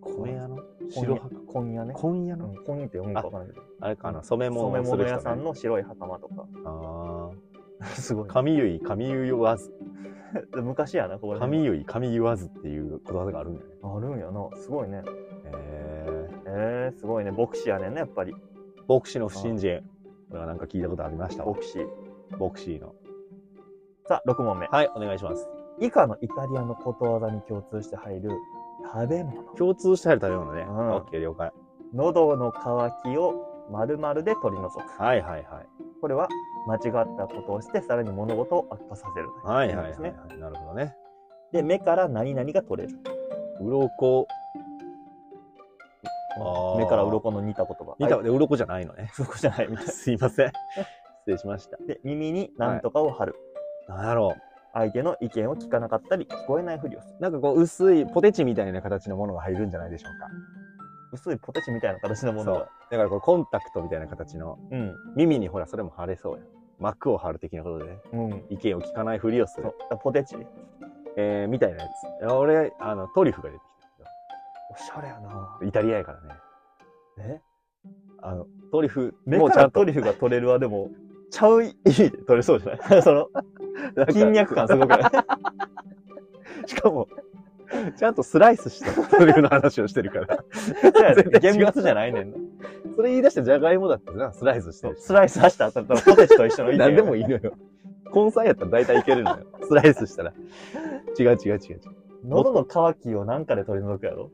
Speaker 2: 米屋の
Speaker 3: 今
Speaker 2: 白
Speaker 3: 夜
Speaker 2: 箱。
Speaker 3: 今夜ね。
Speaker 2: 今夜
Speaker 3: う
Speaker 2: の
Speaker 3: ん、今夜って読むか分からないけど。
Speaker 2: あれかな、染め物
Speaker 3: 染め
Speaker 2: をする
Speaker 3: 物
Speaker 2: 人、
Speaker 3: 屋
Speaker 2: ね、
Speaker 3: さんの白い袴とか。
Speaker 2: あ
Speaker 3: すごい
Speaker 2: あ。。髪結い、髪結わず。
Speaker 3: 昔やな、ここら辺
Speaker 2: 髪結い、髪結わずっていうことわざがあるんだよね。
Speaker 3: あるんやな。すごいね。
Speaker 2: えー。
Speaker 3: えー、すごいね。牧師やねんな、やっぱり。
Speaker 2: 牧師の不信心。これはなんか聞いたことありましたわ
Speaker 3: 牧師。
Speaker 2: 牧師の。
Speaker 3: さあ、6問目。
Speaker 2: はい、お願いします。
Speaker 3: 以下のイタリアのことわざに共通して入る食べ物。
Speaker 2: 共通してある食べ物ね。
Speaker 3: うん
Speaker 2: オッケー、了解。
Speaker 3: 喉の渇きを丸々で取り除く。
Speaker 2: はいはいはい。
Speaker 3: これは間違ったことをして、さらに物事を悪化させる。
Speaker 2: はいはい
Speaker 3: なん
Speaker 2: はい、
Speaker 3: ですね。
Speaker 2: はい。なるほどね。
Speaker 3: で、目から何々が取れる。
Speaker 2: 鱗。あー
Speaker 3: 目から鱗の似た言葉。
Speaker 2: 見た
Speaker 3: あ
Speaker 2: で鱗じゃないのね。
Speaker 3: そこじゃないみた い。
Speaker 2: すいません。失礼しました。
Speaker 3: で、耳に何とかを貼る。
Speaker 2: なんだろ
Speaker 3: 相手の意見を聞かなかったり、聞こえないふりをする。
Speaker 2: う。なんかこう薄いポテチみたいな形のものが入るんじゃないでしょうか。
Speaker 3: 薄いポテチみたいな形のもの
Speaker 2: そう
Speaker 3: が。
Speaker 2: だからこれコンタクトみたいな形の
Speaker 3: うん。
Speaker 2: 耳にほらそれも貼れそうや。膜を貼る的なことでね。
Speaker 3: うん。
Speaker 2: 意見を聞かないふりをす
Speaker 3: そ
Speaker 2: る
Speaker 3: う。。だポテチ。
Speaker 2: えー、みたいなやつ。いや俺、あの、トリュフが出てき
Speaker 3: おしゃれやな
Speaker 2: た。イタリアやからね。
Speaker 3: え
Speaker 2: あの、トリュフ、
Speaker 3: 目
Speaker 2: もう
Speaker 3: か
Speaker 2: ちゃ
Speaker 3: ら
Speaker 2: んと
Speaker 3: トリュフが取れるはでも、ちゃう意味で取れそうじゃない その、
Speaker 2: なんか
Speaker 3: 筋脈感すごくない
Speaker 2: しかも、ちゃんとスライス したトリュフの話をしてるから。
Speaker 3: 厳密じゃないねんな。
Speaker 2: それ言い出したじゃがいもだってな、スライスしてるし。
Speaker 3: スライス出した後だったらポテチと一緒の意見。
Speaker 2: 何でもい
Speaker 3: い。
Speaker 2: いのよ。根菜やったら大体いけるの よ。スライスしたら。違う違う違う違う。
Speaker 3: 喉の渇きを何かで取り除くやろ。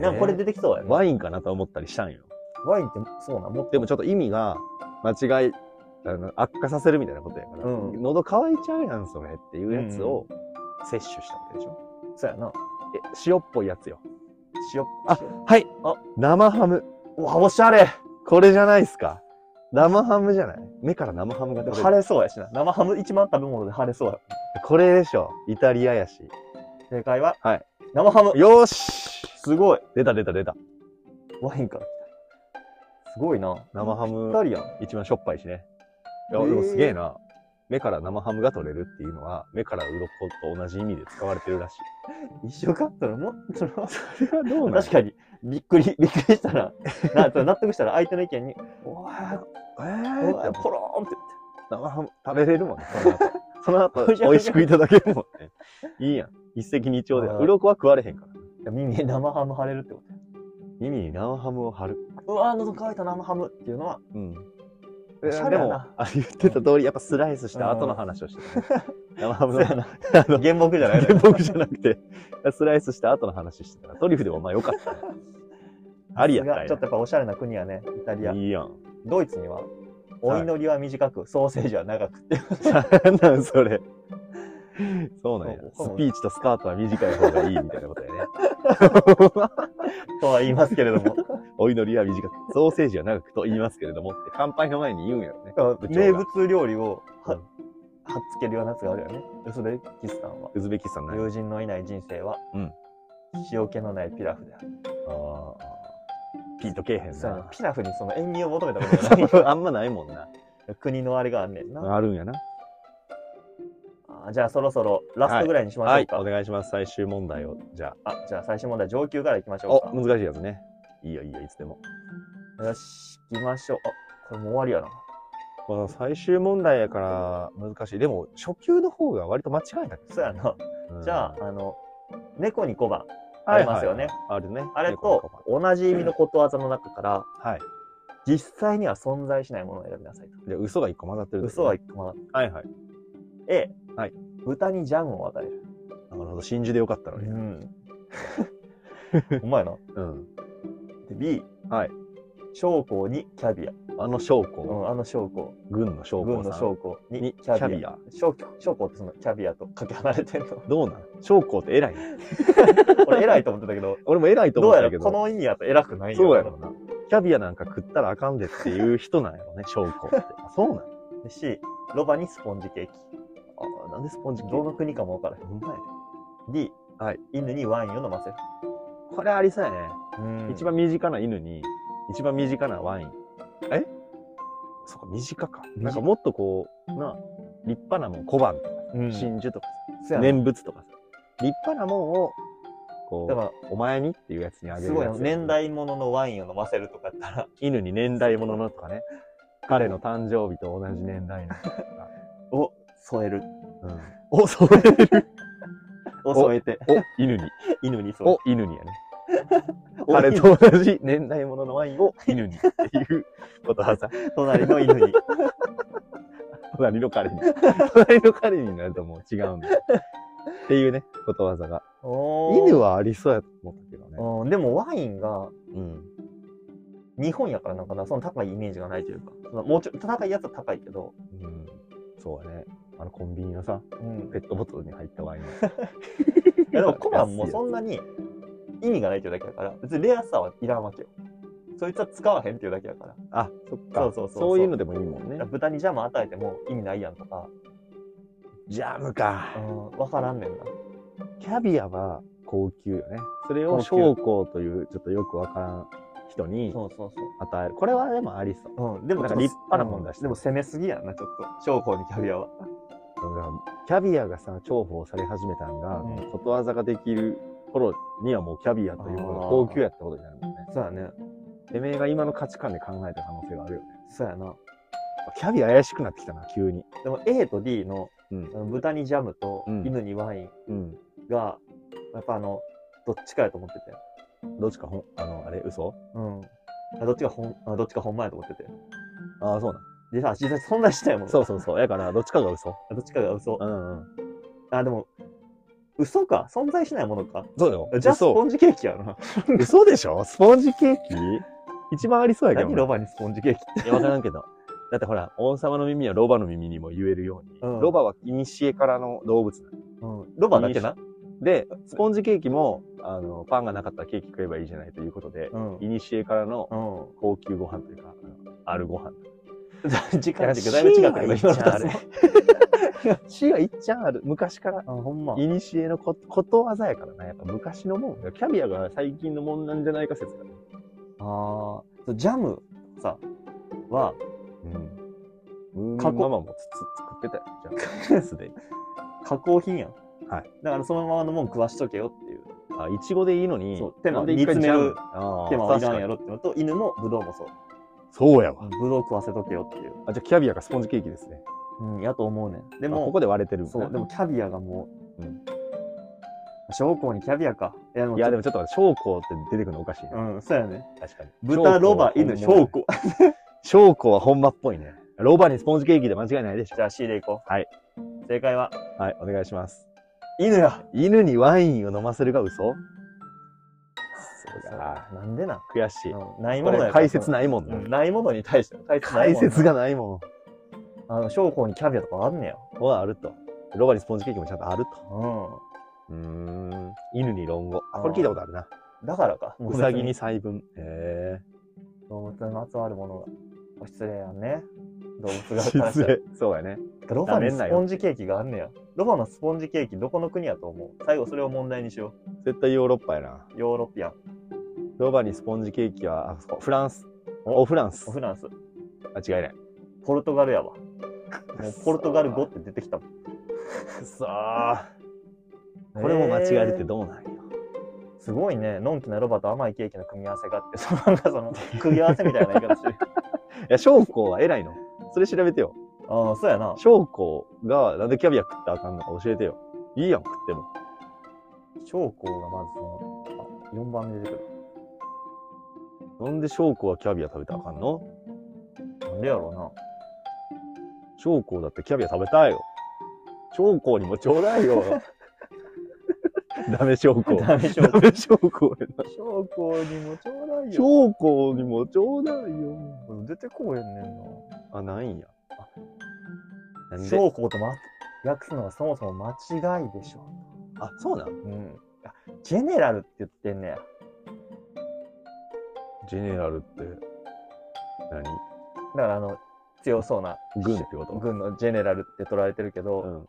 Speaker 3: なんかこれ出てきそうや
Speaker 2: えー
Speaker 3: な。
Speaker 2: ワインかなと思ったりしたんよ。
Speaker 3: ワインってそうなんもっ
Speaker 2: でもちょっと意味が間違い、あの悪化させるみたいなことやから、
Speaker 3: うん
Speaker 2: 喉乾いちゃうやん、それっていうやつを摂取したわけでしょ。
Speaker 3: とそうやな。
Speaker 2: え、塩っぽいやつよ。
Speaker 3: 塩。
Speaker 2: あはい
Speaker 3: あ
Speaker 2: 生ハム。
Speaker 3: うわ、おしゃれ
Speaker 2: これじゃないですか。生ハムじゃない目から生ハムが
Speaker 3: でも
Speaker 2: 取
Speaker 3: 腫
Speaker 2: れる。
Speaker 3: れそうやしな。生ハム一番食べ物で腫れそうや。
Speaker 2: これでしょ。イタリアやし。
Speaker 3: 正解は、
Speaker 2: はい
Speaker 3: 生ハム。
Speaker 2: よーし
Speaker 3: すごい。
Speaker 2: 出た出た出た。
Speaker 3: ワインから来た。すごいな。
Speaker 2: 生ハム
Speaker 3: ぴったりやん。
Speaker 2: 一番しょっぱいしね。いや、
Speaker 3: へー
Speaker 2: でもすげえな。目から生ハムが取れるっていうのは、目から鱗と同じ意味で使われてるらしい。
Speaker 3: 一緒かったらもっとな
Speaker 2: それはど
Speaker 3: 確かにびっくりびっくりしたらなその納得したら相手の意見 に「おー
Speaker 2: え
Speaker 3: お
Speaker 2: ー、
Speaker 3: ーポローン!」って
Speaker 2: 生ハム食べれるもんね、その 後。その
Speaker 3: ほいじゃ
Speaker 2: 後、美味しくいただけるもんね。いいやん。一石二鳥で。
Speaker 3: あー
Speaker 2: 鱗は食われへんから。
Speaker 3: 言って耳に生ハム貼れるってこ
Speaker 2: 耳に生ハムを貼る。
Speaker 3: とうわー喉乾いた生ハムっていうのは
Speaker 2: うん。
Speaker 3: おしゃ
Speaker 2: で
Speaker 3: れやな
Speaker 2: も、あ言ってた通り、やっぱスライスした後の話をしてたね。生ハムの、あの、
Speaker 3: 原木じゃないのよ
Speaker 2: 僕じゃなくて、スライスした後の話してたから、トリュフでもまあよかったね。 ありやったん
Speaker 3: さすがちょっとやっぱおしゃれな国やねイタリ
Speaker 2: や。
Speaker 3: ア
Speaker 2: いいやん。
Speaker 3: ドイツにはお祈りは短く、ソーセージは長くって
Speaker 2: なんなんそれ。そうなんや。
Speaker 3: そう
Speaker 2: スピーチとスカートは短い方がいいみたいなことやね。
Speaker 3: とは言いますけ れども
Speaker 2: お祈りは短く、ソーセージは長くと言いますけれどもって、乾杯の前に言うんやろね。
Speaker 3: 名物料理をは,、
Speaker 2: うん
Speaker 3: はっつけるようなやつがあるよねウスベキスタンは
Speaker 2: ウズベキスタンない。
Speaker 3: 友人のいない人生は、
Speaker 2: うん
Speaker 3: 塩気のないピラフである
Speaker 2: あーピーとけえへん
Speaker 3: そうやな
Speaker 2: な。
Speaker 3: ピラフにその塩味を求めたこと がない
Speaker 2: あんまないもんな。
Speaker 3: 国のあれがあんねんな。
Speaker 2: あるんやな。
Speaker 3: あじゃあそろそろラストぐらいにしましょ
Speaker 2: は
Speaker 3: う
Speaker 2: い、
Speaker 3: か。
Speaker 2: お願いします。最終問題を。じゃ
Speaker 3: あじゃあ最終問題上級からいきまし
Speaker 2: あ。
Speaker 3: ょ
Speaker 2: お、
Speaker 3: う
Speaker 2: 難しいやつね。いいよ、いいよ、いつでも。
Speaker 3: か。よし行きましょう。あこれもう終わりやな。
Speaker 2: まあ、最終問題やから難しい。でも、初級の方が割と間違いなく
Speaker 3: そうやな。
Speaker 2: うん
Speaker 3: じゃああの猫に小判
Speaker 2: はい
Speaker 3: ありますよね。
Speaker 2: はいあるね。
Speaker 3: あれ
Speaker 2: 猫の
Speaker 3: と同じ意味のことわざの中から
Speaker 2: 小判はい。
Speaker 3: 実際には存在しないものを選びなさいと。
Speaker 2: じゃあ、嘘が一個混ざってる、
Speaker 3: 嘘は一個もなかっ
Speaker 2: はいはい。
Speaker 3: た A、
Speaker 2: はい
Speaker 3: 豚にジャムを与える。
Speaker 2: なるほど。真珠でよかったのに。
Speaker 3: うん。 お前な。
Speaker 2: うん。
Speaker 3: で B、
Speaker 2: はい。
Speaker 3: 将校にキャビア。
Speaker 2: あの将
Speaker 3: う
Speaker 2: 校、
Speaker 3: ん、あの将校。
Speaker 2: 軍の将校さん。
Speaker 3: 軍の将校に
Speaker 2: に
Speaker 3: キャビア
Speaker 2: キャビア
Speaker 3: 将校将校ってそのキャビアと かけ離れてんの
Speaker 2: どうなん将校って偉いね。
Speaker 3: 俺偉いと思ってたけど
Speaker 2: 俺も偉 いと
Speaker 3: ど
Speaker 2: 思
Speaker 3: う
Speaker 2: っ
Speaker 3: や
Speaker 2: たけ
Speaker 3: ら
Speaker 2: ど。
Speaker 3: この意味やと偉くないよ
Speaker 2: そうやろな。キャビアなんか食ったらあかんでっていう人なんやろ ね、将校って。あそうなんや
Speaker 3: で C ロバにスポンジケーキ
Speaker 2: あなんでスポンジ
Speaker 3: どの国かも分からへん
Speaker 2: ほんまやね
Speaker 3: D、
Speaker 2: はい
Speaker 3: 犬にワインを飲ませる
Speaker 2: これありそうやね。一
Speaker 3: 一番
Speaker 2: 番身近な犬に、一番身近なワイン。えそっか、身近か。
Speaker 3: 身近
Speaker 2: なんかもっとこう、な、立派なもん、小判とか、
Speaker 3: うんそう
Speaker 2: 真珠とか
Speaker 3: や
Speaker 2: さ、
Speaker 3: な
Speaker 2: 念仏とかさ、立派なもんを、
Speaker 3: だか
Speaker 2: こう、お前にっていうやつにあ
Speaker 3: ら
Speaker 2: げ
Speaker 3: す
Speaker 2: る
Speaker 3: ごい
Speaker 2: や
Speaker 3: な
Speaker 2: つ。
Speaker 3: 年代物のワインを飲ませるとかやったら
Speaker 2: 犬に年代もののとかね。彼の誕生日と同じ年代の。
Speaker 3: を添える
Speaker 2: うん、お、そういう。
Speaker 3: を添えて
Speaker 2: お、犬に。
Speaker 3: 犬に添え
Speaker 2: お
Speaker 3: る、
Speaker 2: 犬にやね。
Speaker 3: お
Speaker 2: 彼と同じ年代もののワインを犬にっていうことはさ、
Speaker 3: 隣の 犬に
Speaker 2: 隣の彼に。隣の彼になるともう違うんだよ。っていうね、ことわざが。
Speaker 3: おー
Speaker 2: 犬はありそうやと思ったけどね。
Speaker 3: うんでもワインが
Speaker 2: うん。
Speaker 3: 日本やからなんかな、その高いイメージがないというか、そのもうちょっと高いやつは高いけど、
Speaker 2: うん、そうだね。あのコンビニのさ、
Speaker 3: うん
Speaker 2: ペットボトルに入ったワイン。
Speaker 3: いやでもコナンもそんなに意味がないっていうだけだから、別にレアさはいらんわけよ。そいつは使わへんっていうだけだから。
Speaker 2: あ、そっか。
Speaker 3: そうそうそうそう
Speaker 2: そういうのでもいいもんね
Speaker 3: だから。豚にジャム与えても意味ないやんとか、
Speaker 2: ジャム
Speaker 3: う
Speaker 2: か。
Speaker 3: ん、わからんねんな。
Speaker 2: キャビアは高級よね。それを
Speaker 3: 高級
Speaker 2: 将校というちょっとよくわからん人に
Speaker 3: そうそう
Speaker 2: 与える。これはでもありそう。
Speaker 3: そう。うん、でも
Speaker 2: なんか立派なもんだし
Speaker 3: でも攻めすぎやんな、ちょっと。将校にキャビアは。
Speaker 2: だからキャビアがさ、重宝され始めたんが、
Speaker 3: うん
Speaker 2: ことわざができる頃にはもうキャビアというものが
Speaker 3: あー
Speaker 2: 高級やったことになるもんね。
Speaker 3: そうやね。
Speaker 2: てめえが今の価値観で考えた可能性があるよね。
Speaker 3: そうやな。
Speaker 2: キャビア怪しくなってきたな、急に。
Speaker 3: でも A と D の
Speaker 2: うん
Speaker 3: あの豚にジャムと
Speaker 2: うん
Speaker 3: 犬にワイン
Speaker 2: うん。
Speaker 3: が、やっぱあの、どっちかやと思ってて。
Speaker 2: どっちかほん、あの、あれ、嘘
Speaker 3: うん。あどっちがほん、あどっちかほんまやと思ってて。
Speaker 2: ああ、そうなん。
Speaker 3: でさ、実際そんなしたいもん。
Speaker 2: そうそうそう。やから、どっちかが嘘。
Speaker 3: どっちかが嘘。
Speaker 2: うんうん。
Speaker 3: あ、でも、嘘か。存在しないものか。
Speaker 2: そうよ。
Speaker 3: じゃあ、スポ
Speaker 2: 嘘。
Speaker 3: ンジケーキやな。
Speaker 2: 嘘でしょスポンジ ケーキ一番ありそうやけど
Speaker 3: 何
Speaker 2: な。
Speaker 3: ロバにスポンジケーキっ
Speaker 2: い
Speaker 3: て。
Speaker 2: や、わからんけど。だってほら、王様の耳はロバの耳にも言えるように。
Speaker 3: うん
Speaker 2: ロバは古からの動物なん
Speaker 3: うん。ロバだけな。
Speaker 2: で、スポンジケーキも、あの、パンがなかったらケーキ食えばいいじゃないということで、
Speaker 3: うん。う
Speaker 2: 古からの
Speaker 3: ん。
Speaker 2: 高級ご飯というか、あのあるご飯。
Speaker 3: 時間軸だいぶ違ったけど、今のとあれ。
Speaker 2: 死はいっちゃんある。昔から。
Speaker 3: あ、ほんま。
Speaker 2: いにしえのこことわざやからな。やっぱ昔のもん。キャビアが最近のもんなんじゃないか説がね。
Speaker 3: ああ。そうジャムさ、は、
Speaker 2: うん。
Speaker 3: 過
Speaker 2: 過
Speaker 3: 去
Speaker 2: 去ママもつつ作ってたよ。じゃ あ、すでに。
Speaker 3: 加工品やん。
Speaker 2: はい。
Speaker 3: だからそのままのもん食わしとけよっていう。
Speaker 2: あ、いちごでいいのに。
Speaker 3: そう手間
Speaker 2: なんで一回
Speaker 3: 煮詰める
Speaker 2: ジャムあー
Speaker 3: 手間はいらん
Speaker 2: 確か
Speaker 3: やろってのと、犬もブドウもそう。
Speaker 2: にそうやわ。
Speaker 3: ブドウ食わせとけよっていう。
Speaker 2: あ、じゃあキャビアがスポンジケーキですね。
Speaker 3: うん、やと思うねん。で
Speaker 2: で
Speaker 3: も、
Speaker 2: ここで割れてるんだ
Speaker 3: そう、でもキャビアがもう、
Speaker 2: うん
Speaker 3: 将校にキャビアか。いや、でも
Speaker 2: いや、でもちょっと、将校って出てくるのおかしいね。
Speaker 3: うん、そうやね。
Speaker 2: 確かに。
Speaker 3: 豚、ロバ、犬、
Speaker 2: 将校
Speaker 3: 将校。
Speaker 2: 将校は本場っぽいね。ロバにスポンジケーキで間違いないでしょ。
Speaker 3: じゃあ C でいこう。
Speaker 2: はい。
Speaker 3: 正解は、
Speaker 2: はい、お願いします。
Speaker 3: 犬や。
Speaker 2: 犬にワインを飲ませるが嘘
Speaker 3: なんでな。
Speaker 2: 悔しい。
Speaker 3: うんない
Speaker 2: こ
Speaker 3: ものや
Speaker 2: れ
Speaker 3: から
Speaker 2: 解説ないもん
Speaker 3: う
Speaker 2: な。
Speaker 3: んないものに対しての解説ない
Speaker 2: 解
Speaker 3: もんな
Speaker 2: 説がないも
Speaker 3: あの、将校にキャビアとかあんねや。
Speaker 2: ん。はあると。ロバにスポンジケーキもちゃんとあると。
Speaker 3: う
Speaker 2: うーん。犬に論語。あ、これ聞いたことあるな。
Speaker 3: ん。だからか。
Speaker 2: うさぎに。細分。へ
Speaker 3: 動物にまつわるものが。失礼やんね。動物
Speaker 2: え。
Speaker 3: がからした
Speaker 2: 失
Speaker 3: ら
Speaker 2: 礼。そうやね。
Speaker 3: ロバのスポンジケーキがあんねや。ロバのスポンジケーキどこの国やと思う最後それを問題にしよ
Speaker 2: 絶対ヨーロッパやな。
Speaker 3: う。ヨーロピアン。
Speaker 2: ロバにスポンジケーキは、あそこ、フランス。お、フランス。
Speaker 3: フランス。
Speaker 2: あ、違いない。
Speaker 3: ポルトガルやわ。もうポルトガル語って出てきたもん。
Speaker 2: くそー。これも間違えるってどうなんよ。
Speaker 3: すごいね、のんきなロバと甘いケーキの組み合わせがあって、そのなんかその、組み合わせみたいな言い 方してる。
Speaker 2: いや、将校は偉いの。それ調べてよ。
Speaker 3: ああ、そうやな。
Speaker 2: 将校がなんでキャビア食ったらあかんのか教えてよ。いいやん、食っても。
Speaker 3: 将校がまずその、あ、4番目出てく
Speaker 2: なんで将校はキャビア食べたらあかんの
Speaker 3: る。なんでやろ
Speaker 2: 将校だってキャビア食べたいよ。将校にもちょうだい よ。ダメ将校
Speaker 3: う。な。ダメ将
Speaker 2: ダ
Speaker 3: 校。
Speaker 2: メ将校やな。
Speaker 3: 将校にもちょうだいよ。
Speaker 2: 将校にもちょうだいよ。
Speaker 3: 出てこうへんねんな。
Speaker 2: あ、ないんや。あなんで
Speaker 3: 将校とま、訳すのはそもそも間違いでしょ。
Speaker 2: あ、そうなん
Speaker 3: うん。あジェネラルって言ってんねや。
Speaker 2: ジェネラルって何、
Speaker 3: だからあの、強そうな
Speaker 2: 軍ってこと
Speaker 3: 軍のジェネラルって取られてるけど、
Speaker 2: うん。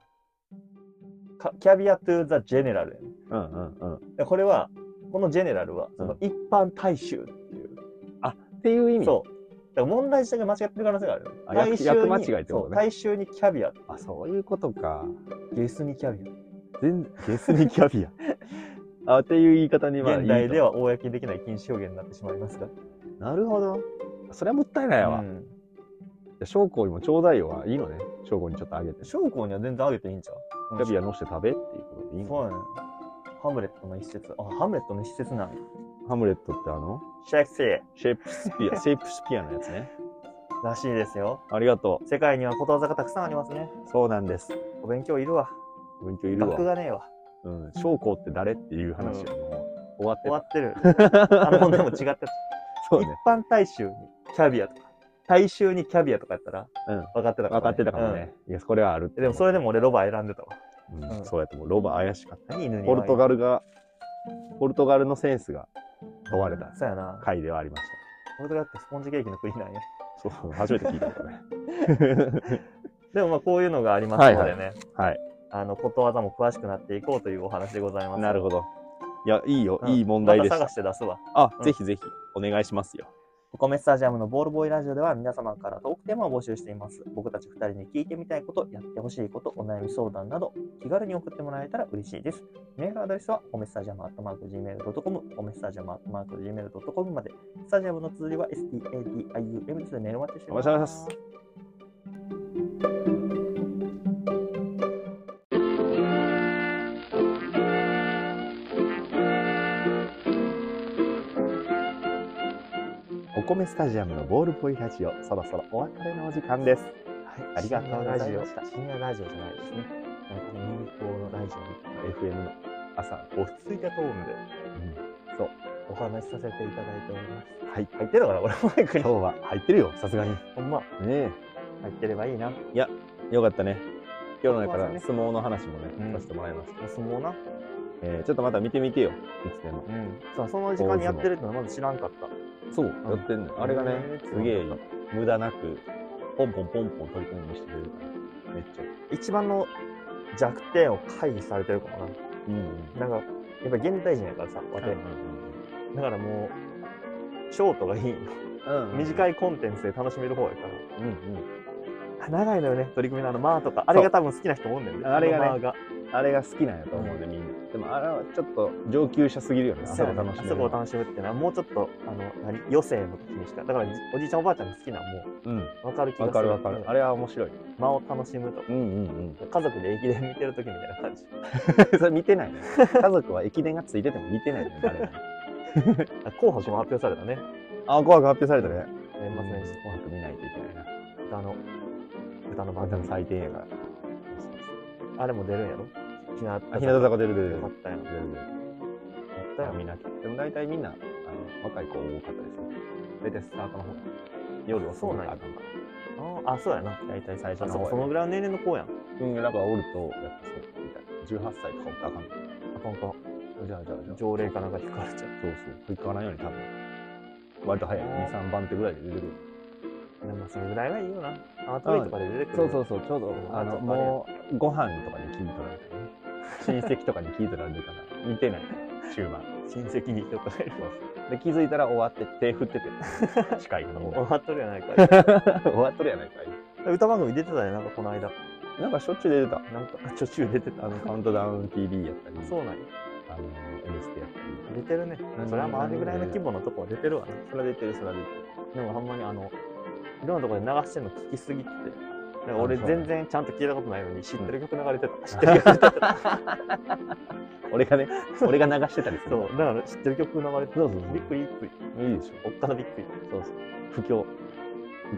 Speaker 3: かキャビアトゥザジェネラルやね
Speaker 2: うんうんうん。
Speaker 3: でこれはこのジェネラルはその
Speaker 2: う
Speaker 3: 一般大衆っていう、
Speaker 2: っていう意味
Speaker 3: そうだから問題自体が間違ってる可能性がある
Speaker 2: あ役役間違いってことね
Speaker 3: そう大衆にキャビア
Speaker 2: あ、そういうことか。
Speaker 3: ゲスにキャビ
Speaker 2: 全ゲスにキャビア。あ、っていう言い方に
Speaker 3: ア
Speaker 2: は
Speaker 3: 現代で
Speaker 2: は。
Speaker 3: は公にできない禁止表現になってしまいますが、
Speaker 2: なるほど。それはもったいないわ。
Speaker 3: う
Speaker 2: じゃ
Speaker 3: ん、
Speaker 2: あ将校にもちょうだいよはいいのね。将校にちょっとあげて。キ
Speaker 3: 将校には全然あげていいんちゃう
Speaker 2: ャビア乗して食べっていうことでいい
Speaker 3: そう
Speaker 2: の
Speaker 3: やねハムレットの一節あハムレットの一節なんや
Speaker 2: ハムレットってあの
Speaker 3: シェイクスピ
Speaker 2: シェイプスピ ア、シェイプスピアのやつね。
Speaker 3: アらしいですよ
Speaker 2: ありがと
Speaker 3: 世界にはことわざがたくさんありますね
Speaker 2: う。そうなんです。
Speaker 3: お勉強いるわ
Speaker 2: 勉強いる
Speaker 3: 学
Speaker 2: わ。
Speaker 3: がねえわ
Speaker 2: うん。将校って誰っていう話はもう終わって
Speaker 3: 終
Speaker 2: た
Speaker 3: わってるあの問題も違ってた
Speaker 2: そう
Speaker 3: 一
Speaker 2: ね。
Speaker 3: 般大衆にキャビアとか、大衆にキャビアとかやったら、
Speaker 2: うん
Speaker 3: 分かってたから、
Speaker 2: 分かってたかもね。いや、これはある
Speaker 3: うん。でもそれでも俺ロバ選んでたわ。
Speaker 2: うん
Speaker 3: うん
Speaker 2: そうやってもうロバ怪しかった。
Speaker 3: 何犬に
Speaker 2: ポルト
Speaker 3: ル。
Speaker 2: ガルが、ポルトガルのセンスが問われた
Speaker 3: そうやな。
Speaker 2: 回ではありまし
Speaker 3: ポルトガルってスポンジケーキの国なんや。
Speaker 2: た。そう、初めて聞いたこ れ。
Speaker 3: でもまあこういうのがありますのでね、
Speaker 2: はい。
Speaker 3: あのことわざも詳しくなっていこうというお話でございます。
Speaker 2: なるほど。いや、いいよ。
Speaker 3: うん
Speaker 2: いい問題で
Speaker 3: ま
Speaker 2: した
Speaker 3: 探。して出すわ。
Speaker 2: あ
Speaker 3: う、ん
Speaker 2: ぜひぜひ、お願いしますよ。
Speaker 3: ココメスタジアムのボールボーイラジオでは皆様からトークテーマを募集しています。僕たち2人に聞いてみたいこと、やってほしいこと、お悩み相談など、気軽に送ってもらえたら嬉しいです。メールアドレスは、コメスタジアムアットマーク Gmail.com、コメスタジアムアットマーク Gmail.com まで。スタジアムの通りは STADIUM ですのでメールお待ちしてい
Speaker 2: お
Speaker 3: ま
Speaker 2: 待
Speaker 3: す
Speaker 2: ちして。ます。お米スタジアムのボールボーイラジオ、そろそろお別れのお時間です。
Speaker 3: はい
Speaker 2: ありがとうございました
Speaker 3: 深夜ラジオじゃないですね。なんか民放のラジオに
Speaker 2: FM の朝、
Speaker 3: 落ち着いたトーンで
Speaker 2: うん
Speaker 3: お話しさせていただいております。
Speaker 2: はい、
Speaker 3: 入ってるから俺マイク
Speaker 2: 今
Speaker 3: に
Speaker 2: 日は入ってるよ、さすがに。ね
Speaker 3: ほんま
Speaker 2: え、
Speaker 3: 入ってればいいな。
Speaker 2: よかったね。今日のだか
Speaker 3: ここは
Speaker 2: ら
Speaker 3: ね
Speaker 2: 相撲の話も
Speaker 3: う
Speaker 2: ね、
Speaker 3: ん
Speaker 2: させてもらいました。
Speaker 3: お相撲な。
Speaker 2: えーちょっとまた見てみてよ、いつでも。
Speaker 3: うん。さあその時間にやってるってのはまず知らんかった。
Speaker 2: そう、
Speaker 3: ん
Speaker 2: やってんのよ。あれがね
Speaker 3: へ、ー
Speaker 2: すげえ無駄なく、ポンポンポンポン取り組みもしてくれるから、めっちゃ。
Speaker 3: 一番の弱点を回避されてるかも
Speaker 2: うん、
Speaker 3: な。なんかやっぱ現代人やからさ、わて、だからもうショートがいいの。
Speaker 2: うんうん。い。
Speaker 3: 短いコンテンツで楽しめる方やか
Speaker 2: うんうん。
Speaker 3: ら。あ長いのよね取り組みのあの間とかあれが多分好きな人もおんねん
Speaker 2: あれがね
Speaker 3: あの間
Speaker 2: あれが好きなんやと思うで、みんな。でも、あれはちょっと上級者すぎるよね。あそ
Speaker 3: そう
Speaker 2: こ
Speaker 3: やね
Speaker 2: 楽し
Speaker 3: あ
Speaker 2: め
Speaker 3: そ
Speaker 2: るの
Speaker 3: こを楽しむってのはもうちょっとあの何余生の時にしかだからじおじいちゃんおばあちゃんが好きなも
Speaker 2: うん。
Speaker 3: う分かる気がする
Speaker 2: わかるわかる。あれは面白い。
Speaker 3: 間を楽しむと
Speaker 2: うんうん うん。
Speaker 3: 家族で駅伝見てる時みたいな感じ
Speaker 2: それ見てない ね。家族は駅伝がついてても見てないね、誰も。
Speaker 3: あ紅白も発表されたね
Speaker 2: あ、紅白発表されたね。
Speaker 3: 年末年始
Speaker 2: 紅白見ないといけないな。
Speaker 3: 歌の歌の
Speaker 2: ま
Speaker 3: 番
Speaker 2: た
Speaker 3: 組
Speaker 2: 最低やから。
Speaker 3: あれも出るんやろ日向
Speaker 2: あ、日向坂出る出る出
Speaker 3: よ
Speaker 2: る
Speaker 3: か。ったやん
Speaker 2: 出る出る。
Speaker 3: だよ
Speaker 2: みんなでも大体みんなあの若い子多かったですね大体スタートの方夜遅くからなんか
Speaker 3: ああそうやな
Speaker 2: 大体最
Speaker 3: あ
Speaker 2: 初の
Speaker 3: そ
Speaker 2: 方
Speaker 3: こそのぐ
Speaker 2: らい
Speaker 3: らいの年齢の子やんあ
Speaker 2: うんなんかおるとやっぱそうみたいな18歳とかおったらあかんの
Speaker 3: かんかん
Speaker 2: じゃあじゃあじゃあ
Speaker 3: 条例かなんか引かれちゃ
Speaker 2: そうそう引っかないように多分割と早い23番手ぐらいで出てくる
Speaker 3: うでもそのぐらいがいいよなアートウェイとかで出てくるう
Speaker 2: そうちょうどあのもうご飯とかに聞いとられてね親戚とかに聞いとられてから見てない中盤
Speaker 3: 親戚に人とかいる
Speaker 2: そうそうで気づいたら終わって手振ってて近いのみん
Speaker 3: 終
Speaker 2: な
Speaker 3: わっとるやないか
Speaker 2: 終わっとるやないかい
Speaker 3: 歌番組出てたねなんかこの間
Speaker 2: なんかしょっちゅう出てた
Speaker 3: なんか途中出てた
Speaker 2: あの、カウントダウン TV やったり、
Speaker 3: そうなんや
Speaker 2: あの、M ステやったり。
Speaker 3: 出てるね
Speaker 2: うん
Speaker 3: それはまああれぐらいの規模のとこは出てるわな
Speaker 2: それ出てる、それ出てる。
Speaker 3: でもほんまにあのいろんなところで流してるの聞きすぎててなんか俺
Speaker 2: あそう
Speaker 3: 全然ちゃんと聞いたことないのに知ってる曲流れてた、知ってる曲
Speaker 2: 俺がね、俺が流してたりする。
Speaker 3: そうだから知ってる曲流れてた
Speaker 2: そうそうそう
Speaker 3: びっくりびっくり
Speaker 2: いいでしょ。
Speaker 3: おっかなびっくり
Speaker 2: そうそう。不況。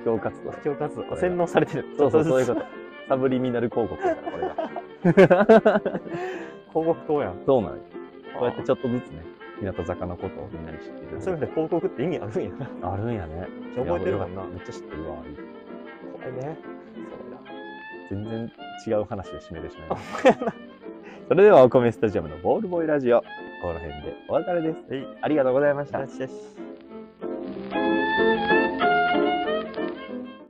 Speaker 2: 不況活動。
Speaker 3: 布教活
Speaker 2: これ
Speaker 3: 動
Speaker 2: が
Speaker 3: 洗脳されてる
Speaker 2: そうそう、そういう
Speaker 3: そ
Speaker 2: こと。サブリミナル広告だから、これ が。
Speaker 3: 広告塔やん
Speaker 2: そうなのよこうやって
Speaker 3: あ
Speaker 2: ちょっとずつね、日向坂のことをみんなに知って
Speaker 3: ー
Speaker 2: る。
Speaker 3: そういう意味で広告って意味あるんやな
Speaker 2: あるんやね。
Speaker 3: 覚えてるもんな
Speaker 2: めっちゃ知ってるわ。
Speaker 3: 怖いね
Speaker 2: 全然違う話で締めてしまいました。それでは、お米スタジアムのボールボーイラジオ、この辺でお別れです。ありがとうございまし
Speaker 3: そう
Speaker 2: た
Speaker 3: や。よしよし